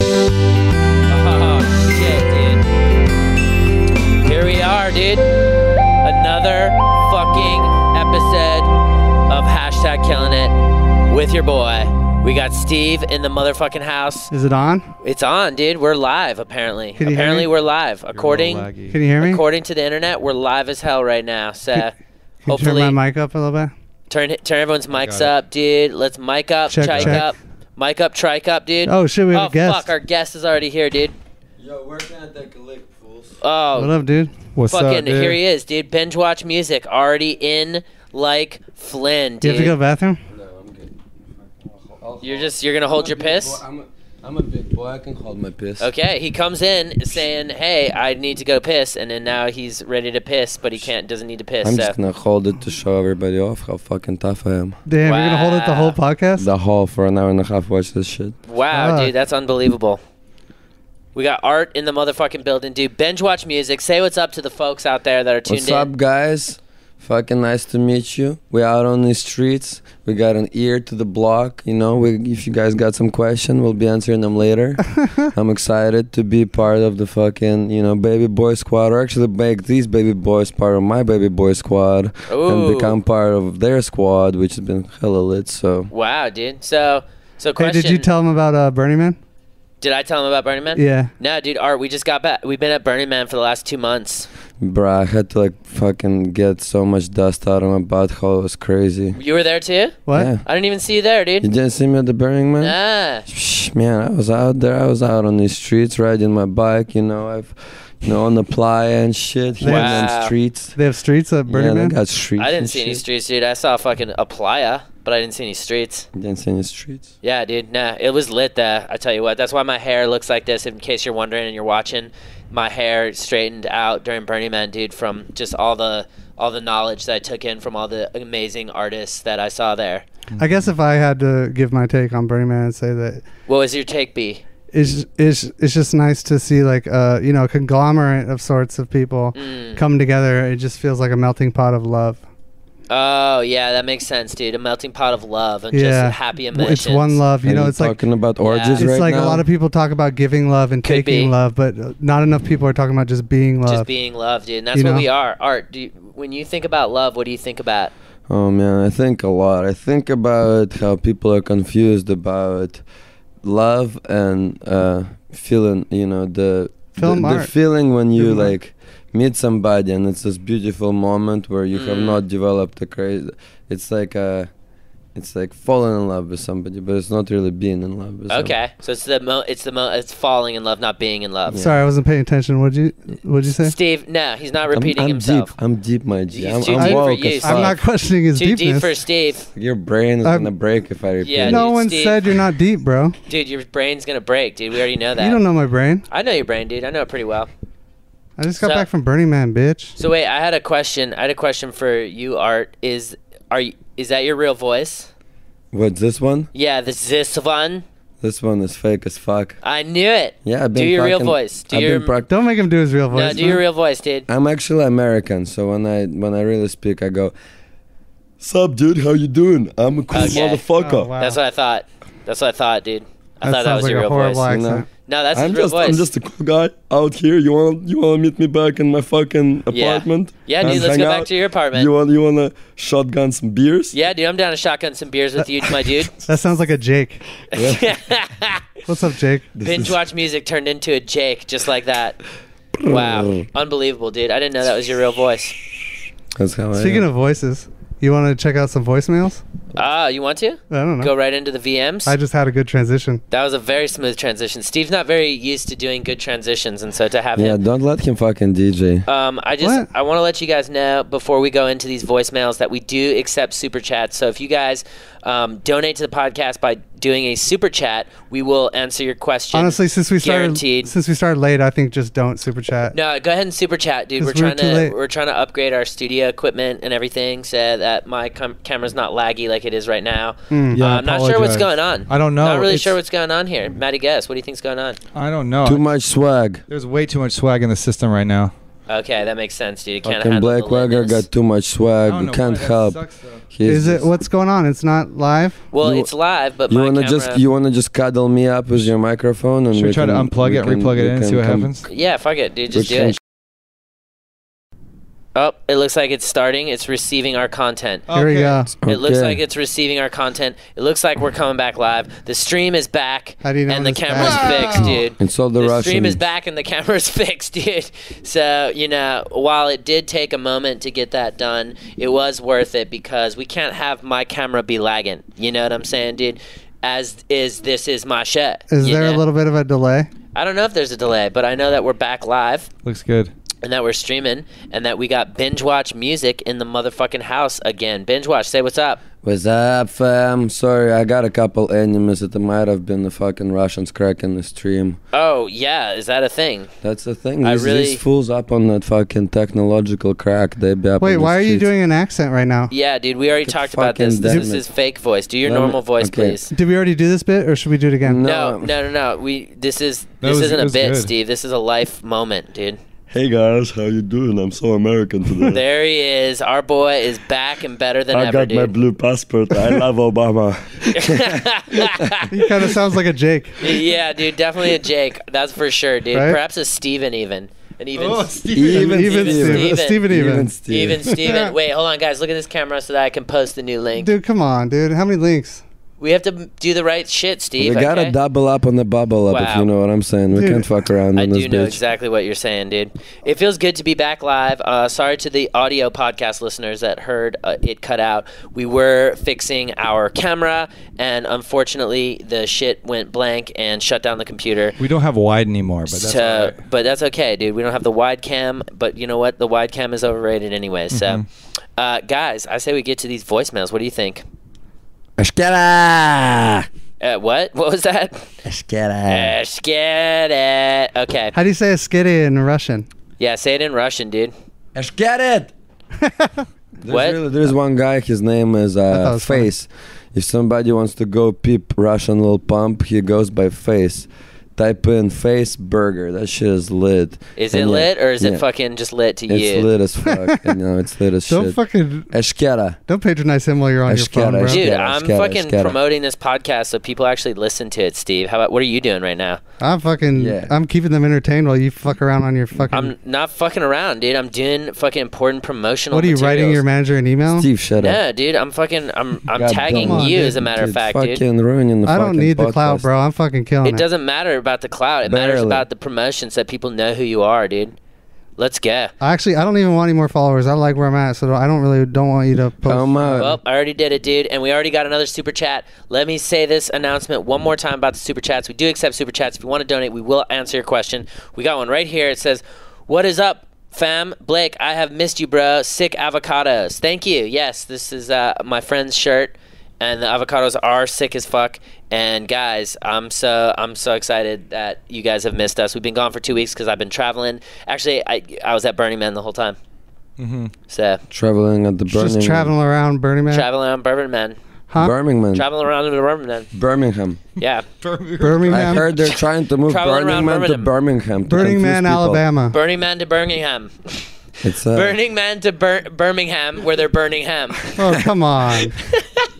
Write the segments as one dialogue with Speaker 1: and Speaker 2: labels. Speaker 1: Oh, killing it with your boy. We got Steve in the motherfucking house.
Speaker 2: Is it on?
Speaker 1: It's on, dude. We're live, apparently.
Speaker 2: Can you hear
Speaker 1: apparently,
Speaker 2: me?
Speaker 1: we're live. According
Speaker 2: Can you hear me?
Speaker 1: according to the internet, we're live as hell right now. So,
Speaker 2: Can you
Speaker 1: hopefully-
Speaker 2: turn my mic up a little bit.
Speaker 1: turn turn everyone's mics
Speaker 3: it.
Speaker 1: up, dude. Let's mic up,
Speaker 2: Check,
Speaker 1: trike
Speaker 2: check.
Speaker 1: up, mic up, trike up, dude.
Speaker 2: Oh shit, we have
Speaker 1: oh
Speaker 2: a guest.
Speaker 1: fuck, our guest is already here, dude.
Speaker 4: Yo, working at that Galick, fools.
Speaker 1: Oh,
Speaker 2: What up, dude?
Speaker 3: What's
Speaker 1: fucking
Speaker 3: up, dude?
Speaker 1: here he is, dude. Binge watch music already in like Flynn,
Speaker 2: Do
Speaker 1: dude.
Speaker 2: you have to go to the bathroom?
Speaker 4: No, I'm good. I'll- I'll-
Speaker 1: You're just you're gonna
Speaker 4: I'm
Speaker 1: hold
Speaker 4: a
Speaker 1: your
Speaker 4: big
Speaker 1: piss.
Speaker 4: boy. I'm a, I'm a big boy. I can hold my piss.
Speaker 1: Okay, he comes in saying, "Hey, I need to go piss," and then now he's ready to piss, but he can't doesn't need to piss.
Speaker 4: I'm
Speaker 1: so.
Speaker 4: just gonna hold it to show everybody off how fucking tough I am.
Speaker 2: Damn, you're gonna hold it the whole podcast.
Speaker 4: The whole for an hour and a half. Watch this shit.
Speaker 1: Wow,
Speaker 2: Fuck.
Speaker 1: dude, that's unbelievable. We got art in the motherfucking building, dude. Binge watch music. Say what's up to the folks out there that are tuned
Speaker 4: What's
Speaker 1: in.
Speaker 4: up, guys? Fucking nice to meet you. We're out on the streets. We got an ear to the block. You know, we, if you guys got some question, we'll be answering them later. I'm excited to be part of the fucking, you know, baby boy squad, or actually make these baby boys part of my baby boy squad
Speaker 1: Ooh.
Speaker 4: and become part of their squad, which has been hella lit. So
Speaker 1: Wow, dude. So, so
Speaker 2: Hey,
Speaker 1: question.
Speaker 2: did you tell him about uh, Burning Man?
Speaker 1: Did I tell him about Burning Man?
Speaker 2: Yeah.
Speaker 1: No, dude. Art, we just got back. We've been at Burning Man for the last two months.
Speaker 4: Bruh, I had to like fucking get so much dust out of my butthole. It was crazy.
Speaker 1: You were there too.
Speaker 2: What?
Speaker 4: Yeah.
Speaker 1: I didn't even see you there,
Speaker 4: You
Speaker 1: dude.
Speaker 4: didn't see me at the Burning Man?
Speaker 1: Nah.
Speaker 4: Psh, man, I was out there. I was out on the streets riding my bike. You know, I've, you know, on the playa and shit. Here on
Speaker 1: Wow.
Speaker 4: them streets.
Speaker 2: They have streets at Burning
Speaker 4: yeah,
Speaker 2: Man.
Speaker 4: they got streets.
Speaker 1: I didn't
Speaker 4: and
Speaker 1: see any
Speaker 4: shit.
Speaker 1: streets, dude. I saw fucking a playa, but I didn't see any streets.
Speaker 4: Didn't see any streets.
Speaker 1: Yeah, dude. Nah, it was lit though. I tell you what, that's why my hair looks like this. In case you're wondering and you're watching, my hair straightened out during Burning Man, dude, from just all the all the knowledge that I took in from all the amazing artists that I saw there.
Speaker 2: I guess if I had to give my take on Burning Man and say that
Speaker 1: What was your take, B?
Speaker 2: it's it's it's just nice to see like uh you know a conglomerate of sorts of people
Speaker 1: Mm.
Speaker 2: come together. It just feels like a melting pot of love.
Speaker 1: Oh yeah, that makes sense, dude. A melting pot of love and
Speaker 2: Yeah.
Speaker 1: just happy
Speaker 2: W-
Speaker 1: emotions.
Speaker 2: It's one love, you
Speaker 4: Are
Speaker 2: know. It's like
Speaker 4: talking about orgies
Speaker 1: It's
Speaker 2: it's
Speaker 4: right
Speaker 2: like
Speaker 4: now.
Speaker 2: a lot of people talk about giving love and
Speaker 1: Could
Speaker 2: taking
Speaker 1: be.
Speaker 2: love, but uh, not enough people are talking about just being love.
Speaker 1: Just being loved, dude. And that's
Speaker 2: You
Speaker 1: what
Speaker 2: know?
Speaker 1: we are. Art. Do you, when you think about love, what do you think about?
Speaker 4: Oh man, I think a lot. I think about how people are confused about love and uh, feeling. You know the
Speaker 2: Film
Speaker 4: the, the
Speaker 2: art.
Speaker 4: feeling when you
Speaker 2: Film art.
Speaker 4: like meet somebody and it's this beautiful moment where you have
Speaker 1: Mm.
Speaker 4: not developed a crazy. It's like a, it's like falling in love with somebody, but it's not really being in love. With
Speaker 1: Okay, so it's the mo. It's the mo. It's falling in love, not being in love.
Speaker 2: Sorry, I wasn't paying attention. What'd you What'd you say?
Speaker 1: Steve, no, he's not
Speaker 4: somebody.
Speaker 1: repeating
Speaker 4: I'm, I'm
Speaker 1: himself.
Speaker 4: Deep. I'm deep, my G.
Speaker 1: He's
Speaker 4: I'm,
Speaker 1: too
Speaker 4: I'm
Speaker 2: deep for
Speaker 4: woke
Speaker 1: you,
Speaker 4: as
Speaker 1: Steve.
Speaker 2: I'm not
Speaker 4: fuck.
Speaker 2: questioning his
Speaker 1: Too deep
Speaker 2: deepness.
Speaker 1: for Steve.
Speaker 4: Your brain is
Speaker 2: I'm-
Speaker 4: gonna break if I repeat.
Speaker 1: Yeah,
Speaker 4: it.
Speaker 2: no
Speaker 1: dude,
Speaker 2: one
Speaker 1: Steve.
Speaker 2: said you're not deep, bro.
Speaker 1: Dude, your brain's gonna break, dude. We already know that.
Speaker 2: You don't know my brain.
Speaker 1: I know your brain, dude. I know it pretty well.
Speaker 2: I just got
Speaker 1: So-
Speaker 2: back from Burning Man, bitch.
Speaker 1: So wait, I had a question. I had a question for you, Art. Is are you, is that your real voice?
Speaker 4: What this one?
Speaker 1: Yeah, this this one.
Speaker 4: This one is fake as fuck.
Speaker 1: I knew it.
Speaker 4: Yeah, I've
Speaker 1: Do
Speaker 4: been
Speaker 1: your real
Speaker 4: fucking-
Speaker 1: voice. Do
Speaker 4: I've
Speaker 1: your-
Speaker 4: been prac-
Speaker 2: Don't make him do his real voice.
Speaker 1: No, do your real voice, dude.
Speaker 4: I'm actually American, so when I when I really speak, I go, "Sup, dude? How you doing? I'm a cool
Speaker 1: Okay.
Speaker 4: motherfucker."
Speaker 2: Oh, wow.
Speaker 1: That's what I thought. That's what I thought, dude. I
Speaker 2: That
Speaker 1: thought that
Speaker 2: sounds
Speaker 1: was
Speaker 2: like
Speaker 1: your
Speaker 2: a
Speaker 1: real
Speaker 2: horrible
Speaker 1: voice.
Speaker 4: You know?
Speaker 2: accent.
Speaker 1: No, that's
Speaker 4: I'm
Speaker 1: his real
Speaker 4: just
Speaker 1: voice.
Speaker 4: I'm just a cool guy out here. You want you want to meet me back in my fucking
Speaker 1: Yeah.
Speaker 4: apartment?
Speaker 1: yeah, dude.
Speaker 4: and
Speaker 1: Let's
Speaker 4: hang
Speaker 1: go back
Speaker 4: out?
Speaker 1: to your apartment.
Speaker 4: You want you want to shotgun some beers?
Speaker 1: yeah, dude. I'm down to shotgun some beers with you, my dude.
Speaker 2: That sounds like a Jake. What's up, Jake?
Speaker 1: Binge watch music turned into a Jake, just like that. Wow, unbelievable, dude! I didn't know that was your real voice.
Speaker 4: That's how I
Speaker 2: Speaking
Speaker 4: am.
Speaker 2: of voices, you want to check out some voicemails?
Speaker 1: Ah, you want to
Speaker 2: I don't know.
Speaker 1: go right into the VMs?
Speaker 2: I just had a good transition.
Speaker 1: that was a very smooth transition. Steve's not very used to doing good transitions, and so to have
Speaker 4: yeah,
Speaker 1: him.
Speaker 4: don't let him fucking DJ.
Speaker 1: Um, I just
Speaker 2: What?
Speaker 1: I want to let you guys know before we go into these voicemails that we do accept super chats. So if you guys um, donate to the podcast by doing a super chat, we will answer your question.
Speaker 2: Honestly, since we started,
Speaker 1: guaranteed.
Speaker 2: since we started late, I think just don't super chat.
Speaker 1: No, go ahead and super chat, dude. We're
Speaker 2: 'Cause
Speaker 1: trying
Speaker 2: we're too
Speaker 1: to
Speaker 2: late.
Speaker 1: we're trying to upgrade our studio equipment and everything so that my com- camera's not laggy like it is right now.
Speaker 2: Mm.
Speaker 3: Yeah, I
Speaker 1: uh, I'm not sure what's
Speaker 3: apologize.
Speaker 1: going on.
Speaker 3: I don't know.
Speaker 1: Not really
Speaker 3: It's-
Speaker 1: sure what's going on here. Matty, guess what do you think's going on?
Speaker 3: I don't know.
Speaker 4: Too much swag.
Speaker 3: There's way too much swag in the system right now.
Speaker 1: Okay, that makes sense, dude. You can't
Speaker 4: Fucking
Speaker 1: handle
Speaker 4: Black
Speaker 1: the
Speaker 4: Wagger
Speaker 1: litness.
Speaker 4: got too much swag. You can't help. He's
Speaker 2: Is it
Speaker 4: just-
Speaker 2: what's going on? It's not live.
Speaker 1: Well,
Speaker 4: You-
Speaker 1: it's live, but
Speaker 4: You
Speaker 1: my
Speaker 4: wanna
Speaker 1: camera.
Speaker 4: just you wanna just cuddle me up with your microphone and
Speaker 3: Should we try to
Speaker 4: can-
Speaker 3: unplug
Speaker 4: we
Speaker 3: it,
Speaker 4: can-
Speaker 3: replug it
Speaker 4: we
Speaker 3: in, and
Speaker 4: can
Speaker 3: see what
Speaker 4: come-
Speaker 3: happens?
Speaker 1: yeah, fuck it, dude. Just
Speaker 4: we
Speaker 1: do
Speaker 4: can-
Speaker 1: it. Oh, it looks like it's starting. It's receiving our content.
Speaker 2: Here we
Speaker 3: Okay.
Speaker 2: go.
Speaker 1: It looks
Speaker 4: Okay.
Speaker 1: like it's receiving our content. It looks like we're coming back live. The stream is back
Speaker 2: How do you know
Speaker 1: and the
Speaker 2: it's
Speaker 1: camera's
Speaker 3: back?
Speaker 1: fixed,
Speaker 3: Wow.
Speaker 1: dude.
Speaker 4: It's all the,
Speaker 1: the
Speaker 4: Russians.
Speaker 1: stream is back and the camera's fixed, dude. So, you know, while it did take a moment to get that done, it was worth it because we can't have my camera be lagging. You know what I'm saying, dude? As is, this is my shit.
Speaker 2: Is
Speaker 1: you
Speaker 2: there
Speaker 1: know?
Speaker 2: a little bit of a delay?
Speaker 1: I don't know if there's a delay, but I know that we're back live
Speaker 3: Looks good.
Speaker 1: and that we're streaming and that we got binge watch music in the motherfucking house again. Binge watch, say what's up.
Speaker 4: What's up, fam? Sorry, I got a couple enemies. It might have been the fucking Russians cracking the stream.
Speaker 1: Oh, yeah, is that a thing?
Speaker 4: That's the thing.
Speaker 1: I
Speaker 4: These,
Speaker 1: really-
Speaker 4: these fools up on that fucking technological crack. They be up.
Speaker 2: Wait,
Speaker 4: on the
Speaker 2: why are you
Speaker 4: streets.
Speaker 2: doing an accent right now?
Speaker 1: Yeah, dude, we already
Speaker 4: Good
Speaker 1: talked about this.
Speaker 4: fucking
Speaker 1: This,
Speaker 4: damn
Speaker 1: this
Speaker 4: it.
Speaker 1: is fake voice. Do your
Speaker 4: Let me-
Speaker 1: normal voice,
Speaker 4: okay.
Speaker 1: please.
Speaker 2: Did we already do this bit, or should we do it again?
Speaker 1: No,
Speaker 4: No.
Speaker 1: no, no, no. We this is
Speaker 3: No, it
Speaker 1: this
Speaker 3: was-
Speaker 1: isn't
Speaker 3: it
Speaker 1: a
Speaker 3: was
Speaker 1: bit,
Speaker 3: good.
Speaker 1: Steve. This is a life moment, dude.
Speaker 4: Hey guys, how you doing? I'm so American today.
Speaker 1: There he is. Our boy is back and better than ever, dude.
Speaker 4: blue passport. I love Obama.
Speaker 2: He kind of sounds like a Jake.
Speaker 1: yeah, dude, definitely a Jake. That's for sure, dude.
Speaker 2: Right?
Speaker 1: Perhaps a Steven even. An even
Speaker 3: Oh,
Speaker 4: Even,
Speaker 1: Steven.
Speaker 2: even Steven.
Speaker 1: Steven.
Speaker 2: Steven even.
Speaker 4: Steve.
Speaker 1: even Steven. Wait, hold on guys, look at this camera so that I can post the new link.
Speaker 2: Dude, come on, dude. How many links?
Speaker 1: We have to do the right shit, Steve.
Speaker 4: We gotta
Speaker 1: okay?
Speaker 4: double up on the bubble up, if
Speaker 1: Wow.
Speaker 4: you know what I'm saying. We
Speaker 2: Dude.
Speaker 4: can't fuck around
Speaker 1: I
Speaker 4: on this
Speaker 1: do know
Speaker 4: bitch.
Speaker 1: exactly what you're saying, dude. It feels good to be back live. Uh, sorry to the audio podcast listeners that heard uh, it cut out. We were fixing our camera, and unfortunately, the shit went blank and shut down the computer.
Speaker 3: We don't have wide anymore, but that's all
Speaker 1: so,
Speaker 3: right.
Speaker 1: but that's okay, dude. We don't have the wide cam, but you know what? The wide cam is overrated anyway. So,
Speaker 3: Mm-hmm.
Speaker 1: uh, guys, I say we get to these voicemails. What do you think?
Speaker 4: Ashkara!
Speaker 1: Uh, what? What was that?
Speaker 4: Ashkara.
Speaker 1: Let's get it. Okay.
Speaker 2: How do you say a skitty in Russian?
Speaker 1: Yeah, say it in Russian, dude.
Speaker 4: Ashkara! There's
Speaker 1: What?
Speaker 4: really- there's one guy. His name is
Speaker 2: thought it
Speaker 4: uh,
Speaker 2: was funny.
Speaker 4: Face. If somebody wants to go peep Russian little pump, he goes by Face. Type in Face Burger. That shit is lit.
Speaker 1: Is
Speaker 4: And
Speaker 1: it
Speaker 4: yeah,
Speaker 1: lit or is
Speaker 4: yeah.
Speaker 1: it fucking just lit to
Speaker 4: It's
Speaker 1: you?
Speaker 4: lit as fuck. and, you know, it's lit as
Speaker 2: Don't
Speaker 4: shit.
Speaker 2: fucking
Speaker 4: Ashkara.
Speaker 2: don't patronize him while you're on your
Speaker 4: Ashkara,
Speaker 2: phone, bro.
Speaker 4: Ashkara.
Speaker 1: Dude,
Speaker 4: Scatter,
Speaker 1: I'm
Speaker 4: scatter,
Speaker 1: fucking
Speaker 4: scatter.
Speaker 1: promoting this podcast so people actually listen to it, Steve. How about what are you doing right now?
Speaker 2: I'm fucking.
Speaker 4: Yeah.
Speaker 2: I'm keeping them entertained while you fuck around on your fucking.
Speaker 4: Mm.
Speaker 1: I'm not fucking around, dude. I'm doing fucking important promotional
Speaker 2: what are you writing
Speaker 1: materials.
Speaker 2: your manager an email?
Speaker 4: Steve, shut up.
Speaker 1: No, dude, I'm fucking I'm I'm
Speaker 4: God
Speaker 1: tagging
Speaker 4: damn.
Speaker 2: it.
Speaker 1: you
Speaker 2: Come on,
Speaker 1: as a matter of
Speaker 4: Dude,
Speaker 1: fact,
Speaker 4: fucking
Speaker 1: dude.
Speaker 4: ruining the
Speaker 2: I don't
Speaker 4: fucking
Speaker 2: need the clout,
Speaker 4: podcast.
Speaker 2: bro. I'm fucking killing
Speaker 1: It
Speaker 2: it.
Speaker 1: doesn't matter about the clout. It matters
Speaker 4: Barely.
Speaker 1: about the promotion so that people know who you are, dude. Let's go.
Speaker 2: I actually, I don't even want any more followers. I like where I'm at, so I don't really don't want you to post.
Speaker 4: Come on.
Speaker 1: Well, I already did it, dude, and we already got another super chat. Let me say this announcement one more time about the super chats. We do accept super chats. If you want to donate, we will answer your question. We got one right here. It says, "What is up, fam? Blake, I have missed you, bro. Sick avocados. Thank you. Yes, this is uh, my friend's shirt, and the avocados are sick as fuck. And guys, I'm so I'm so excited that you guys have missed us. We've been gone for two weeks because I've been traveling. Actually, I I was at Burning Man the whole time.
Speaker 3: Mm-hmm.
Speaker 1: So
Speaker 4: Traveling at the Birmingham.
Speaker 2: Just traveling around Burning Man.
Speaker 1: traveling on Burning Man."
Speaker 2: huh?
Speaker 4: Birmingham.
Speaker 1: Traveling around in Burning Man.
Speaker 4: Birmingham.
Speaker 1: Yeah.
Speaker 4: I
Speaker 2: Birmingham.
Speaker 4: heard they're trying to move
Speaker 1: Traveling around
Speaker 4: Burning Man to
Speaker 1: Birmingham.
Speaker 4: Birmingham. to
Speaker 2: Burning
Speaker 4: confuse
Speaker 2: Man,
Speaker 4: people.
Speaker 2: Alabama.
Speaker 1: Burning Man to Birmingham.
Speaker 4: It's uh,
Speaker 1: Burning Man to Bur- Birmingham, where they're burning ham.
Speaker 2: oh come on.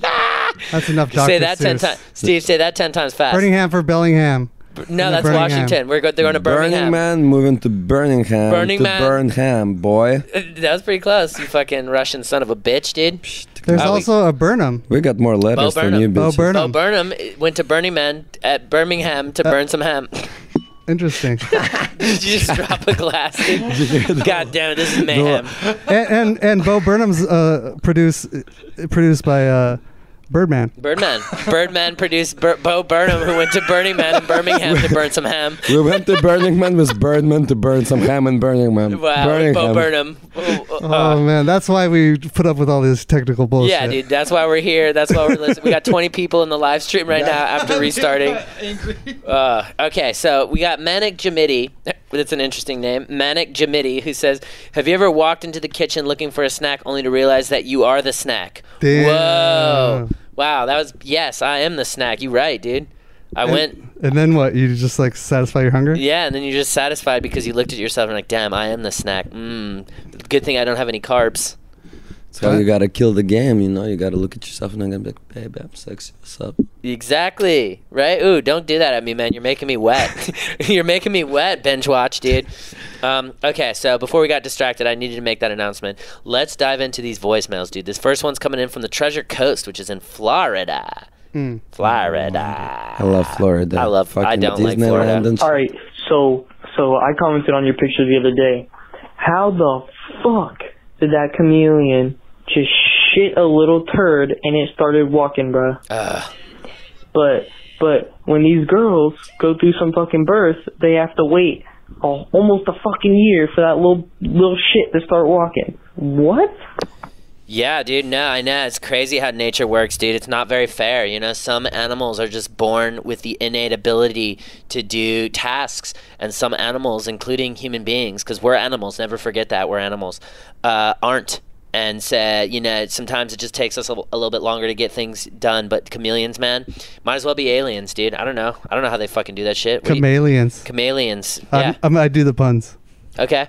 Speaker 2: That's enough. Dr.
Speaker 1: say that ten
Speaker 2: Seuss.
Speaker 1: times. Steve, say that ten times fast.
Speaker 2: Birmingham for Bellingham.
Speaker 1: no, that's
Speaker 2: Birmingham.
Speaker 1: Washington. We're going, they're going to
Speaker 4: Burning
Speaker 1: Birmingham.
Speaker 4: Man moving to Birmingham.
Speaker 1: Burning
Speaker 4: to
Speaker 1: Man.
Speaker 4: Birmingham, boy.
Speaker 1: Uh, That was pretty close, you fucking Russian son of a bitch, dude.
Speaker 2: There's
Speaker 1: Uh, we-
Speaker 2: also a Burnham.
Speaker 4: We got more letters
Speaker 1: Bo
Speaker 4: than you,
Speaker 2: Burnham.
Speaker 4: bitches.
Speaker 2: Bo Burnham.
Speaker 1: Bo Burnham went to Burning Man at Birmingham
Speaker 2: Uh.
Speaker 1: to burn some ham.
Speaker 2: Interesting.
Speaker 1: Did you just drop a glass, dude? God damn it, this is mayhem.
Speaker 2: and, and and Bo Burnham's uh, produced produced by uh, Birdman.
Speaker 1: Birdman. Birdman produced Bur- Bo Burnham, who went to Burning Man in Birmingham to burn some ham.
Speaker 4: We went to Burning Man with Birdman to burn some ham in Burning Man.
Speaker 1: Wow,
Speaker 4: Birmingham.
Speaker 1: Bo Burnham. Oh, oh, oh.
Speaker 2: Oh man, that's why we put up with all this technical bullshit.
Speaker 1: Yeah, dude, that's why we're here. That's why we're listening. We got 20 people in the live stream right now after restarting. Uh, okay, so we got Manic Jamidi. That's an interesting name. Manic Jamidi, who says, Have you ever walked into the kitchen looking for a snack only to realize that you are the snack?
Speaker 2: Damn.
Speaker 1: Whoa. Wow, that was, yes, I am the snack. you right, dude. I went,
Speaker 2: And then what? You just like satisfy your hunger?
Speaker 1: yeah, and then you're just satisfied because you looked at yourself and like, damn, I am the snack. Mmm. Good thing I don't have any carbs.
Speaker 4: That's how you gotta kill the game, you know? You gotta look at yourself and then be like, babe, I'm sexy. What's up?
Speaker 1: Exactly. Right? Ooh, don't do that at me, man. You're making me wet. You're making me wet, binge watch, dude. Um, okay, so before we got distracted, I needed to make that announcement. Let's dive into these voicemails, dude. This first one's coming in from the Treasure Coast, which is in Florida.
Speaker 2: Mm.
Speaker 1: Florida.
Speaker 4: I love Florida.
Speaker 1: Ah, I love- I
Speaker 4: fucking
Speaker 1: don't like
Speaker 4: Disneyland
Speaker 1: Florida.
Speaker 4: and
Speaker 5: All right, so so I commented on your picture the other day. How the fuck did that chameleon just shit a little turd and it started walking, bruh?
Speaker 1: Ugh.
Speaker 5: But but when these girls go through some fucking birth, they have to wait a, almost a fucking year for that little little shit to start walking. What?
Speaker 1: Yeah, dude. No, I know. It's crazy how nature works, dude. It's not very fair. You know, some animals are just born with the innate ability to do tasks, and some animals, including human beings, because we're animals, never forget that we're animals, uh, aren't. And so, you know, sometimes it just takes us a, a little bit longer to get things done. But chameleons, man, might as well be aliens, dude. I don't know. I don't know how they fucking do that shit. What do you-
Speaker 2: Chameleons.
Speaker 1: chameleons.
Speaker 2: I'm-
Speaker 1: Yeah.
Speaker 2: I'm- i do the puns.
Speaker 1: Okay.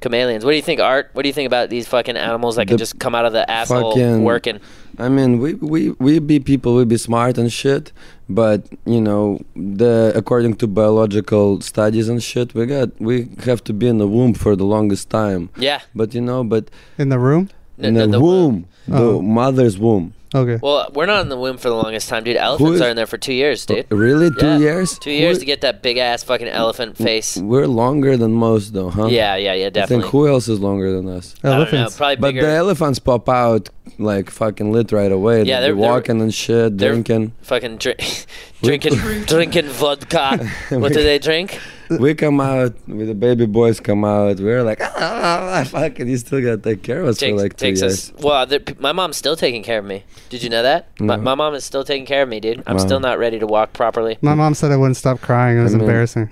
Speaker 1: Chameleons. What do you think, Art? What do you think about these fucking animals that can
Speaker 4: The
Speaker 1: just come out of the asshole
Speaker 4: fucking-
Speaker 1: working?
Speaker 4: I mean, we, we, we be people, we be smart and shit, but you know, the according to biological studies and shit, we got we have to be in the womb for the longest time.
Speaker 1: Yeah.
Speaker 4: But you know, but
Speaker 2: In the room?
Speaker 1: No,
Speaker 4: in
Speaker 1: no,
Speaker 4: the,
Speaker 1: the womb.
Speaker 4: womb,
Speaker 2: Oh.
Speaker 4: the mother's womb.
Speaker 2: Okay.
Speaker 1: Well, we're not in the womb for the longest time, dude. Elephants
Speaker 4: is- Oh,
Speaker 1: are in there for two years, dude.
Speaker 4: Really, two
Speaker 1: Yeah.
Speaker 4: years?
Speaker 1: Two years
Speaker 4: Who-
Speaker 1: to get that big ass fucking elephant face.
Speaker 4: We're longer than most, though, huh?
Speaker 1: Yeah, yeah, yeah,
Speaker 4: I
Speaker 1: definitely.
Speaker 4: think who else is longer than us?
Speaker 1: I don't know,
Speaker 2: Elephants.
Speaker 1: probably
Speaker 4: But
Speaker 1: bigger.
Speaker 4: the elephants pop out like fucking lit right away.
Speaker 1: Yeah,
Speaker 4: Yeah,
Speaker 1: they're-
Speaker 4: they're,
Speaker 1: they're-
Speaker 4: walking and shit,
Speaker 1: they're-
Speaker 4: drinking.
Speaker 1: fucking drink, drinking, drinking vodka. What do they drink?
Speaker 4: we come out, we, the baby boys come out. We're like, ah, ah, ah, fucking, you still gotta take care of us
Speaker 1: Takes,
Speaker 4: for like two
Speaker 1: takes
Speaker 4: years.
Speaker 1: us. Well, the- p- my mom's still taking care of me. Did you know that? My,
Speaker 4: No.
Speaker 1: my mom is still taking care of me, dude. I'm
Speaker 4: Wow.
Speaker 1: still not ready to walk properly.
Speaker 2: My mom said I wouldn't stop crying. It was
Speaker 4: I mean-
Speaker 2: embarrassing.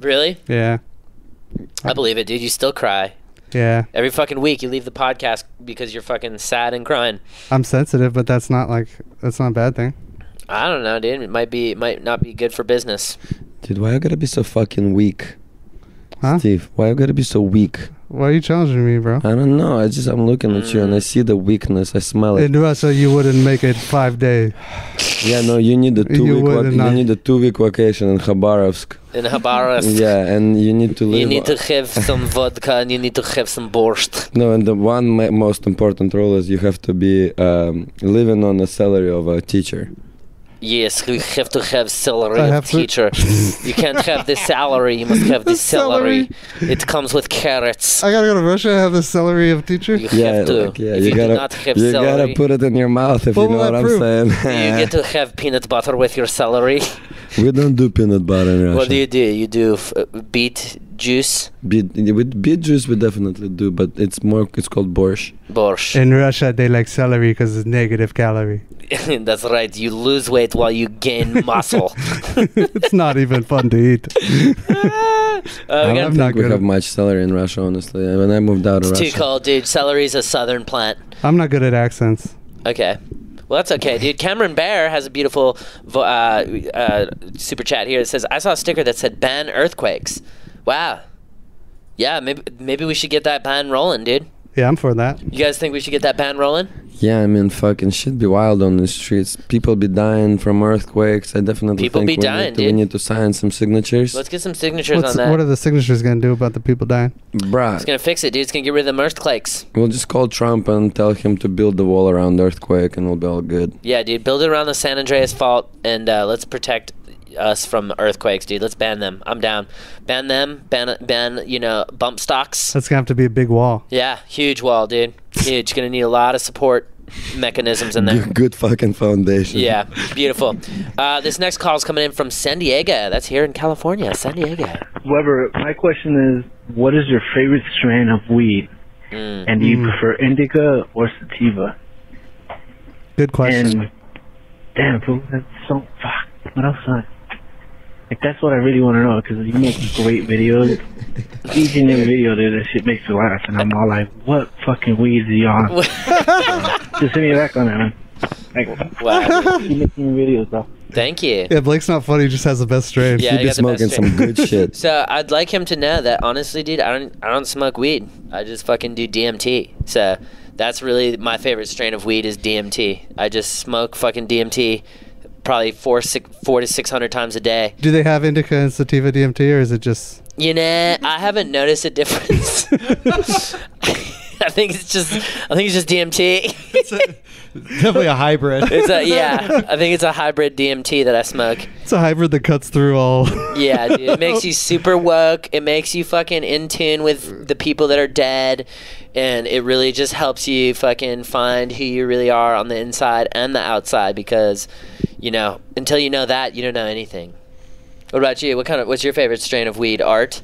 Speaker 1: Really?
Speaker 2: Yeah.
Speaker 1: I believe it, dude. You still cry.
Speaker 2: Yeah.
Speaker 1: Every fucking week, you leave the podcast because you're fucking sad and crying.
Speaker 2: I'm sensitive, but that's not like, that's not a bad thing.
Speaker 1: I don't know, dude. It might be, it might not be good for business.
Speaker 4: Dude, why you gotta be so fucking weak?
Speaker 2: Huh?
Speaker 4: Steve, why you gotta be so weak?
Speaker 2: Why are you challenging me, bro?
Speaker 4: I don't know. I just, I'm looking at you and I
Speaker 1: Mm.
Speaker 4: see the weakness. I smell it.
Speaker 2: In Russia, you wouldn't make it five day.
Speaker 4: yeah, no, you need a two
Speaker 2: You
Speaker 4: week,
Speaker 2: would
Speaker 4: vac- you
Speaker 2: not.
Speaker 4: need a two week vacation in Khabarovsk.
Speaker 1: In Habarovsk,
Speaker 4: Yeah, and you need to live.
Speaker 1: you need to have some vodka and you need to have some borscht.
Speaker 4: No, and the one ma- most important rule is you have to be um, living on the salary of a teacher.
Speaker 1: Yes, you have to have salary
Speaker 2: I
Speaker 1: of
Speaker 2: have to-
Speaker 1: teacher. you can't have the salary. You must have the,
Speaker 2: The
Speaker 1: salary. It comes with carrots.
Speaker 2: I gotta go to Russia. I have the celery of teacher.
Speaker 1: You
Speaker 4: Yeah,
Speaker 1: have to.
Speaker 4: like, yeah,
Speaker 1: if you,
Speaker 4: you
Speaker 1: do
Speaker 4: gotta,
Speaker 1: not have
Speaker 4: you
Speaker 1: salary,
Speaker 4: gotta put it in your mouth if
Speaker 2: What
Speaker 4: you know
Speaker 2: will I
Speaker 4: what I'm
Speaker 2: prove?
Speaker 4: saying.
Speaker 1: you get to have peanut butter with your salary.
Speaker 4: we don't do peanut butter in Russia.
Speaker 1: What do you do? You do f- uh, beet juice,
Speaker 4: Beet, with beet juice, we definitely do, but it's more. It's called borscht.
Speaker 1: borscht.
Speaker 2: In Russia, they like celery because it's negative calorie.
Speaker 1: That's right. You lose weight while you gain muscle.
Speaker 2: it's not even fun to eat.
Speaker 1: Uh,
Speaker 4: I
Speaker 1: we
Speaker 4: don't
Speaker 1: got-
Speaker 2: I'm not
Speaker 4: think we
Speaker 2: good
Speaker 4: have
Speaker 2: at-
Speaker 4: much celery in Russia, honestly. Uh, When I moved out of
Speaker 1: it's
Speaker 4: Russia,
Speaker 1: too cold, dude. Celery's a southern plant.
Speaker 2: I'm not good at accents.
Speaker 1: Okay. Well, that's okay, dude. Cameron Bear has a beautiful vo- uh, uh, super chat here. It says, "I saw a sticker that said ban earthquakes." Wow. Yeah, maybe maybe we should get that ban rolling, dude.
Speaker 2: Yeah, I'm for that.
Speaker 1: You guys think we should get that ban rolling?
Speaker 4: yeah, I mean, fucking shit be wild on the streets. People be dying from earthquakes. I definitely
Speaker 1: People
Speaker 4: think
Speaker 1: be
Speaker 4: we,
Speaker 1: dying,
Speaker 4: need to, we
Speaker 1: dude.
Speaker 4: need to sign some signatures.
Speaker 1: Let's get some signatures
Speaker 2: What's,
Speaker 1: on that.
Speaker 2: what are the signatures gonna do about the people dying?
Speaker 4: Bruh,
Speaker 1: it's gonna fix it, dude. It's gonna get rid of the earthquakes.
Speaker 4: We'll just call Trump and tell him to build the wall around the earthquake, and we'll be all good.
Speaker 1: Yeah, dude. Build it around the San Andreas Fault, and uh, let's protect us from earthquakes, dude. Let's ban them. I'm down. Ban them. Ban ban. You know, bump stocks.
Speaker 2: That's gonna have to be a big wall.
Speaker 1: Yeah, huge wall, dude. Huge. Gonna need a lot of support mechanisms in there.
Speaker 4: Good, good fucking foundation.
Speaker 1: Yeah, beautiful. Uh, this next call is coming in from San Diego. That's here in California, San Diego.
Speaker 6: Weber, my question is, what is your favorite strain of weed,
Speaker 1: Mm.
Speaker 6: and do you
Speaker 2: Mm.
Speaker 6: prefer indica or sativa?
Speaker 2: Good question.
Speaker 6: And damn, bro, that's so fuck. What else? Not? Like that's what I really want to know because you make great videos. Each and every video, dude, that shit makes me laugh, and I'm all like, what fucking weed is y'all? on? Just hit me back on that, man. Like,
Speaker 1: wow.
Speaker 6: keep making videos, bro.
Speaker 1: Thank you.
Speaker 2: Yeah, Blake's not funny. He just has the best strain.
Speaker 1: Yeah,
Speaker 4: You
Speaker 1: I got
Speaker 4: be
Speaker 1: the best
Speaker 4: smoking some
Speaker 1: strain.
Speaker 4: good shit.
Speaker 1: So I'd like him to know that honestly, dude, I don't I don't smoke weed. I just fucking do DMT. So that's really my favorite strain of weed is DMT. I just smoke fucking DMT probably four six, four to six hundred times a day.
Speaker 2: Do they have indica and sativa DMT, or is it just?
Speaker 1: You know, I haven't noticed a difference. I think it's just, I think it's just DMT.
Speaker 3: Definitely a hybrid.
Speaker 1: it's a yeah. I think it's a hybrid DMT that I smoke.
Speaker 2: It's a hybrid that cuts through all.
Speaker 1: Yeah, dude. It makes you super woke. It makes you fucking in tune with the people that are dead. And it really just helps you fucking find who you really are on the inside and the outside because, you know, until you know that, you don't know anything. What about you? What kind of, what's your favorite strain of weed? Art?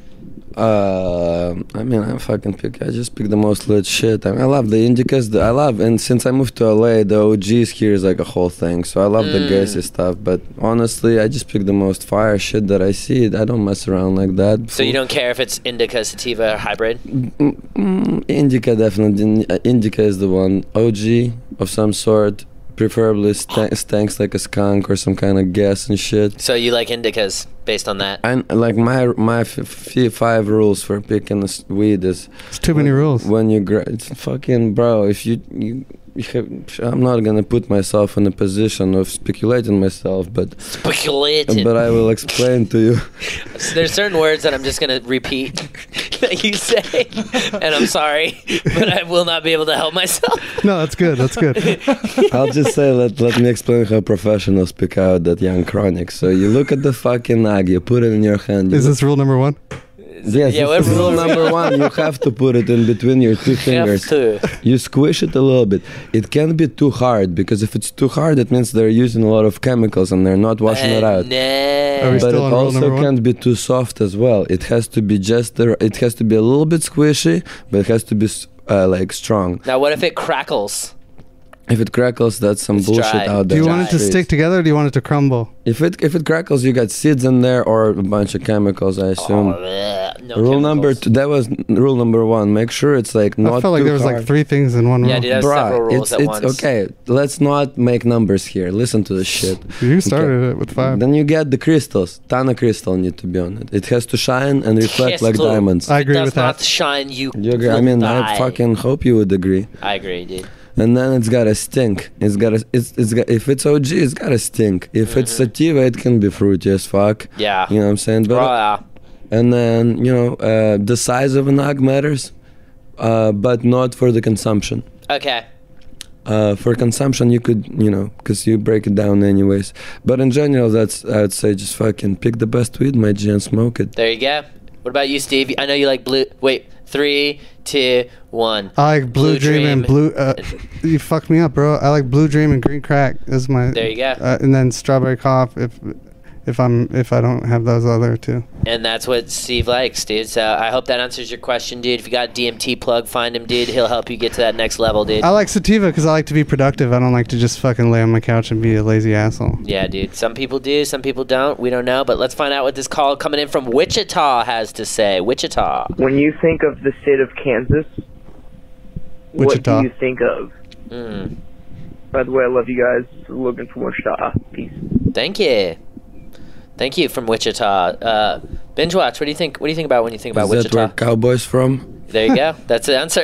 Speaker 4: Uh, I mean, I fucking pick. I just pick the most lit shit. I, mean, I love the indicas. The, I love, and since I moved to LA, the OGs here is like a whole thing. So I love the
Speaker 1: Mm.
Speaker 4: gassy stuff. But honestly, I just pick the most fire shit that I see. I don't mess around like that.
Speaker 1: So you don't care if it's indica, sativa, or hybrid?
Speaker 4: Mm, mm, indica definitely. Din- uh, Indica is the one. OG of some sort, preferably stank, stanks like a skunk or some kind of gas and shit.
Speaker 1: So you like indicas based on that?
Speaker 4: And like my my f- f- five rules for picking this weed is
Speaker 2: It's too many rules.
Speaker 4: when you gra- it's fucking bro if you you, you have, I'm not gonna put myself in a position of speculating myself but
Speaker 1: Speculating.
Speaker 4: but I will explain to you
Speaker 1: There's certain words that I'm just gonna repeat that you say, and I'm sorry, but I will not be able to help myself.
Speaker 2: No, that's good. That's good.
Speaker 4: I'll just say let let me explain how professionals pick out that young chronic so you look at the fucking nug you put it in your hand you
Speaker 2: Is this rule number one?
Speaker 4: yes
Speaker 1: Yeah,
Speaker 4: this
Speaker 1: what
Speaker 4: is rule
Speaker 1: rule?
Speaker 4: number one you have to put it in between your two fingers
Speaker 1: Have to.
Speaker 4: you squish it a little bit it can't be too hard because if it's too hard it means they're using a lot of chemicals and they're not washing it out
Speaker 1: Nah.
Speaker 2: Are we
Speaker 4: but
Speaker 2: still
Speaker 4: it
Speaker 2: on rule number
Speaker 4: also
Speaker 2: one?
Speaker 4: can't be too soft as well. It has to be just the. It has to be a little bit squishy, but it has to be s- uh, like strong.
Speaker 1: Now, what if it crackles?
Speaker 4: If it crackles, that's some
Speaker 1: It's
Speaker 4: bullshit
Speaker 1: dry.
Speaker 4: out
Speaker 2: Do
Speaker 4: there.
Speaker 2: you want it to
Speaker 4: Streets.
Speaker 2: stick together or do you want it to crumble?
Speaker 4: If it if it crackles, you got seeds in there or a bunch of chemicals, I assume.
Speaker 1: Oh, bleh, no
Speaker 4: rule number
Speaker 1: chemicals.
Speaker 4: two. That was n- rule number one. Make sure it's like not
Speaker 2: I felt like
Speaker 4: too
Speaker 2: there was
Speaker 4: hard.
Speaker 2: like three things in one
Speaker 1: Yeah,
Speaker 2: rule.
Speaker 1: dude, that was
Speaker 4: Bruh,
Speaker 1: several rules
Speaker 4: it's,
Speaker 1: at
Speaker 4: it's
Speaker 1: once.
Speaker 4: okay. Let's not make numbers here. Listen to this shit.
Speaker 2: You started it with five.
Speaker 4: Then you get the crystals. Ton of crystal need to be on it. It has to shine and reflect like
Speaker 1: Crystal.
Speaker 4: diamonds.
Speaker 2: I
Speaker 1: If it
Speaker 2: agree
Speaker 1: does
Speaker 2: with
Speaker 1: not
Speaker 2: that.
Speaker 1: shine you.
Speaker 4: You agree? I mean, I
Speaker 1: die.
Speaker 4: fucking hope you would agree.
Speaker 1: I agree, dude.
Speaker 4: And then it's gotta stink. It's gotta. It's it's got, if it's OG, it's gotta stink. If it's
Speaker 1: Mhm.
Speaker 4: sativa, it can be fruity as fuck.
Speaker 1: Yeah.
Speaker 4: You know what I'm saying? But
Speaker 1: Bruh.
Speaker 4: and then you know uh, the size of an hog matters, uh, but not for the consumption.
Speaker 1: Okay.
Speaker 4: Uh, for consumption, you could you know because you break it down anyways. But in general, that's I would say just fucking pick the best weed, my G, and smoke it.
Speaker 1: There you go. What about you, Steve? I know you like blue. Wait, three, two, one.
Speaker 2: I like Blue, Dream, and Blue. Uh, you fucked me up, bro. I like Blue Dream and Green Crack is my.
Speaker 1: There you go.
Speaker 2: Uh, and then Strawberry Cough if if I'm if I don't have those other two.
Speaker 1: And that's what Steve likes, dude. So I hope that answers your question, dude. If you got DMT plug, find him, dude. He'll help you get to that next level, dude.
Speaker 2: I like Sativa because I like to be productive. I don't like to just fucking lay on my couch and be a lazy asshole.
Speaker 1: yeah, dude. Some people do, some people don't. We don't know, but let's find out what this call coming in from Wichita has to say. Wichita.
Speaker 5: When you think of the state of Kansas, what
Speaker 2: Wichita.
Speaker 5: do you think of?
Speaker 1: Mm,
Speaker 5: By the way, I love you guys. Looking for more Wichita. Peace.
Speaker 1: thank you. Thank you from Wichita. Uh, binge watch. What do you think? What do you think about when you think about
Speaker 4: Is that
Speaker 1: Wichita?
Speaker 4: where cowboys from?
Speaker 1: There you go. That's the answer.